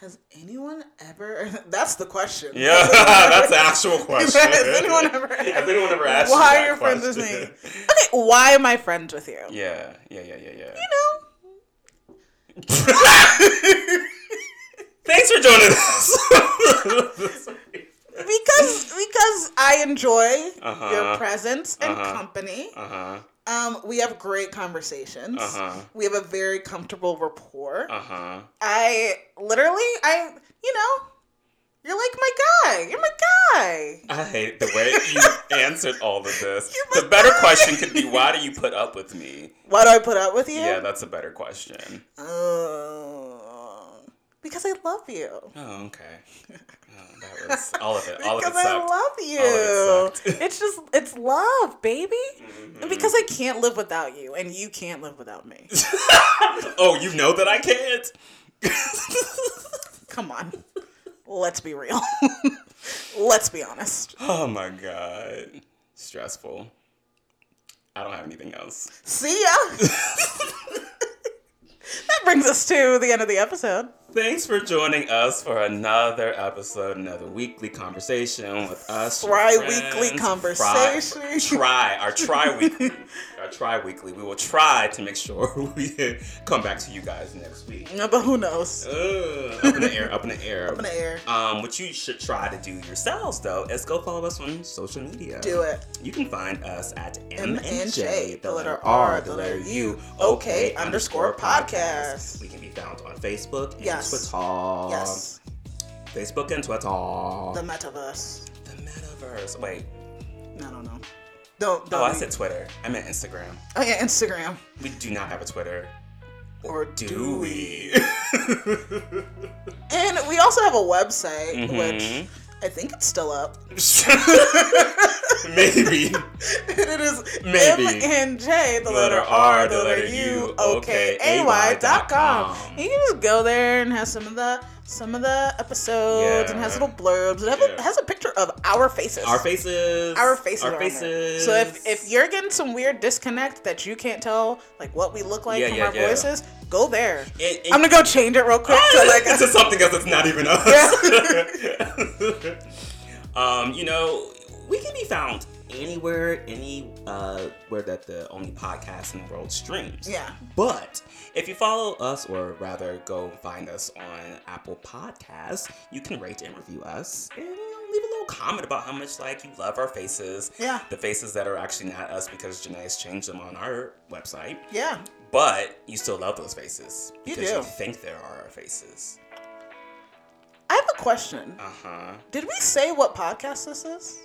B: Has anyone ever? <laughs> That's the question.
A: <laughs> Yeah, that's the <laughs> actual question.
B: <laughs>
A: <laughs>
B: Has anyone ever?
A: Has anyone ever asked you
B: Why
A: that
B: are you friends with me?
A: question?
B: <laughs> Okay, why am I friends with you? You
A: <laughs> Yeah, yeah, yeah, yeah, yeah.
B: know,
A: <laughs> Thanks for joining us. <laughs>
B: because because I enjoy
A: Uh-huh.
B: your presence and
A: Uh-huh.
B: company.
A: uh huh.
B: Um, we have great conversations.
A: Uh-huh.
B: We have a very comfortable rapport.
A: Uh huh.
B: I literally, I you know, you're like my guy. You're my guy.
A: I hate the way you answered all of this.
B: my
A: The better question could be, why do you put up with me?
B: Why do I put up with you?
A: Yeah, that's a better question.
B: Oh, because I love you.
A: Oh, okay. Oh, that was all of it. All of it
B: because I
A: sucked.
B: love you.
A: All of it sucked. <laughs> Mm-hmm,
B: it's just it's love, baby. And because I can't live without you, and you can't live without me.
A: <laughs> Oh, you know that I can't.
B: Come on, let's be real. <laughs> let's be honest.
A: Oh my god, stressful. I don't have anything else.
B: See ya.
A: <laughs>
B: that brings us to the end of the episode.
A: Thanks for joining us for another episode, another weekly conversation with us. your
B: Tri-weekly
A: friends.
B: conversation.
A: Fri- Try, our <laughs> tri weekly. our tri weekly. We will try to make sure <laughs> we come back to you guys next week.
B: No, but who knows?
A: Ugh, up in the air, up in the
B: <laughs>
A: air. Up
B: in the air.
A: Um, what you should try to do yourselves though is go follow us on social media.
B: Do it.
A: You can find us at
B: M and J,
A: MNJ, the letter R, the letter U, OK
B: underscore
A: underscore
B: podcast.
A: podcast. We can be found on Facebook and
B: Yes.
A: Twitter.
B: Yes,
A: Facebook and Twitter.
B: the
A: The,
B: metaverse.
A: metaverse. Wait.
B: I don't know. Don't don't.
A: Oh, I said Twitter. I meant Instagram.
B: oh yeah, Instagram.
A: We do not have a Twitter.
B: Or
A: Do we?
B: And we also have a website, which
A: Mhm.
B: I think it's still up.
A: <laughs>
B: <laughs>
A: Maybe.
B: it is
A: Maybe.
B: MNJ, the letter R, the letter U, O K A Y dot com. You can just go there and have some of the some of the episodes and has
A: Yeah.
B: little blurbs. It, have a,
A: Yeah.
B: has a picture of our faces.
A: Our faces.
B: Our faces.
A: Our
B: are on there.
A: faces.
B: So if, if you're getting some weird disconnect that you can't tell like what we look like
A: Yeah,
B: from
A: yeah,
B: our
A: yeah.
B: voices, go there.
A: It- it-
B: I'm gonna go change it real quick. <laughs> So like,
A: into something else that's not even us. <laughs> um, you know, we can be found anywhere, any uh, where that the only podcast in the world streams.
B: yeah.
A: But if you follow us, or rather go find us on Apple Podcasts, you can rate and review us and you know, leave a little comment about how much like you love our faces.
B: Yeah.
A: The faces that are actually not us because Janae's changed them on our website.
B: Yeah.
A: But you still love those faces.
B: You
A: Because
B: do.
A: you think there are our faces.
B: I have a question.
A: Uh-huh.
B: Did we say what podcast this is?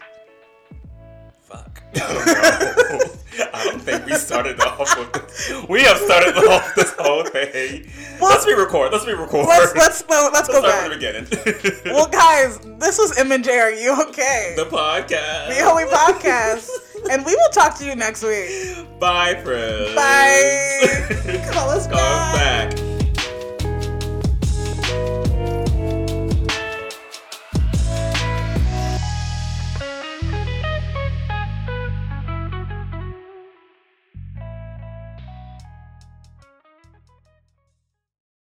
A: Fuck. <laughs> I don't think we started off with this. We have started off this whole thing.
B: Well-
A: let's re-record. Let's re-record.
B: Let's
A: <laughs>
B: let's well, let's go
A: start from
B: back.
A: the beginning. <laughs>
B: Well, guys, this was M and J. Are you okay?
A: the podcast.
B: the only podcast, and we will talk to you next week.
A: Bye, friends.
B: Bye. Call
A: <laughs>
B: us
A: Call us
B: back.
A: back.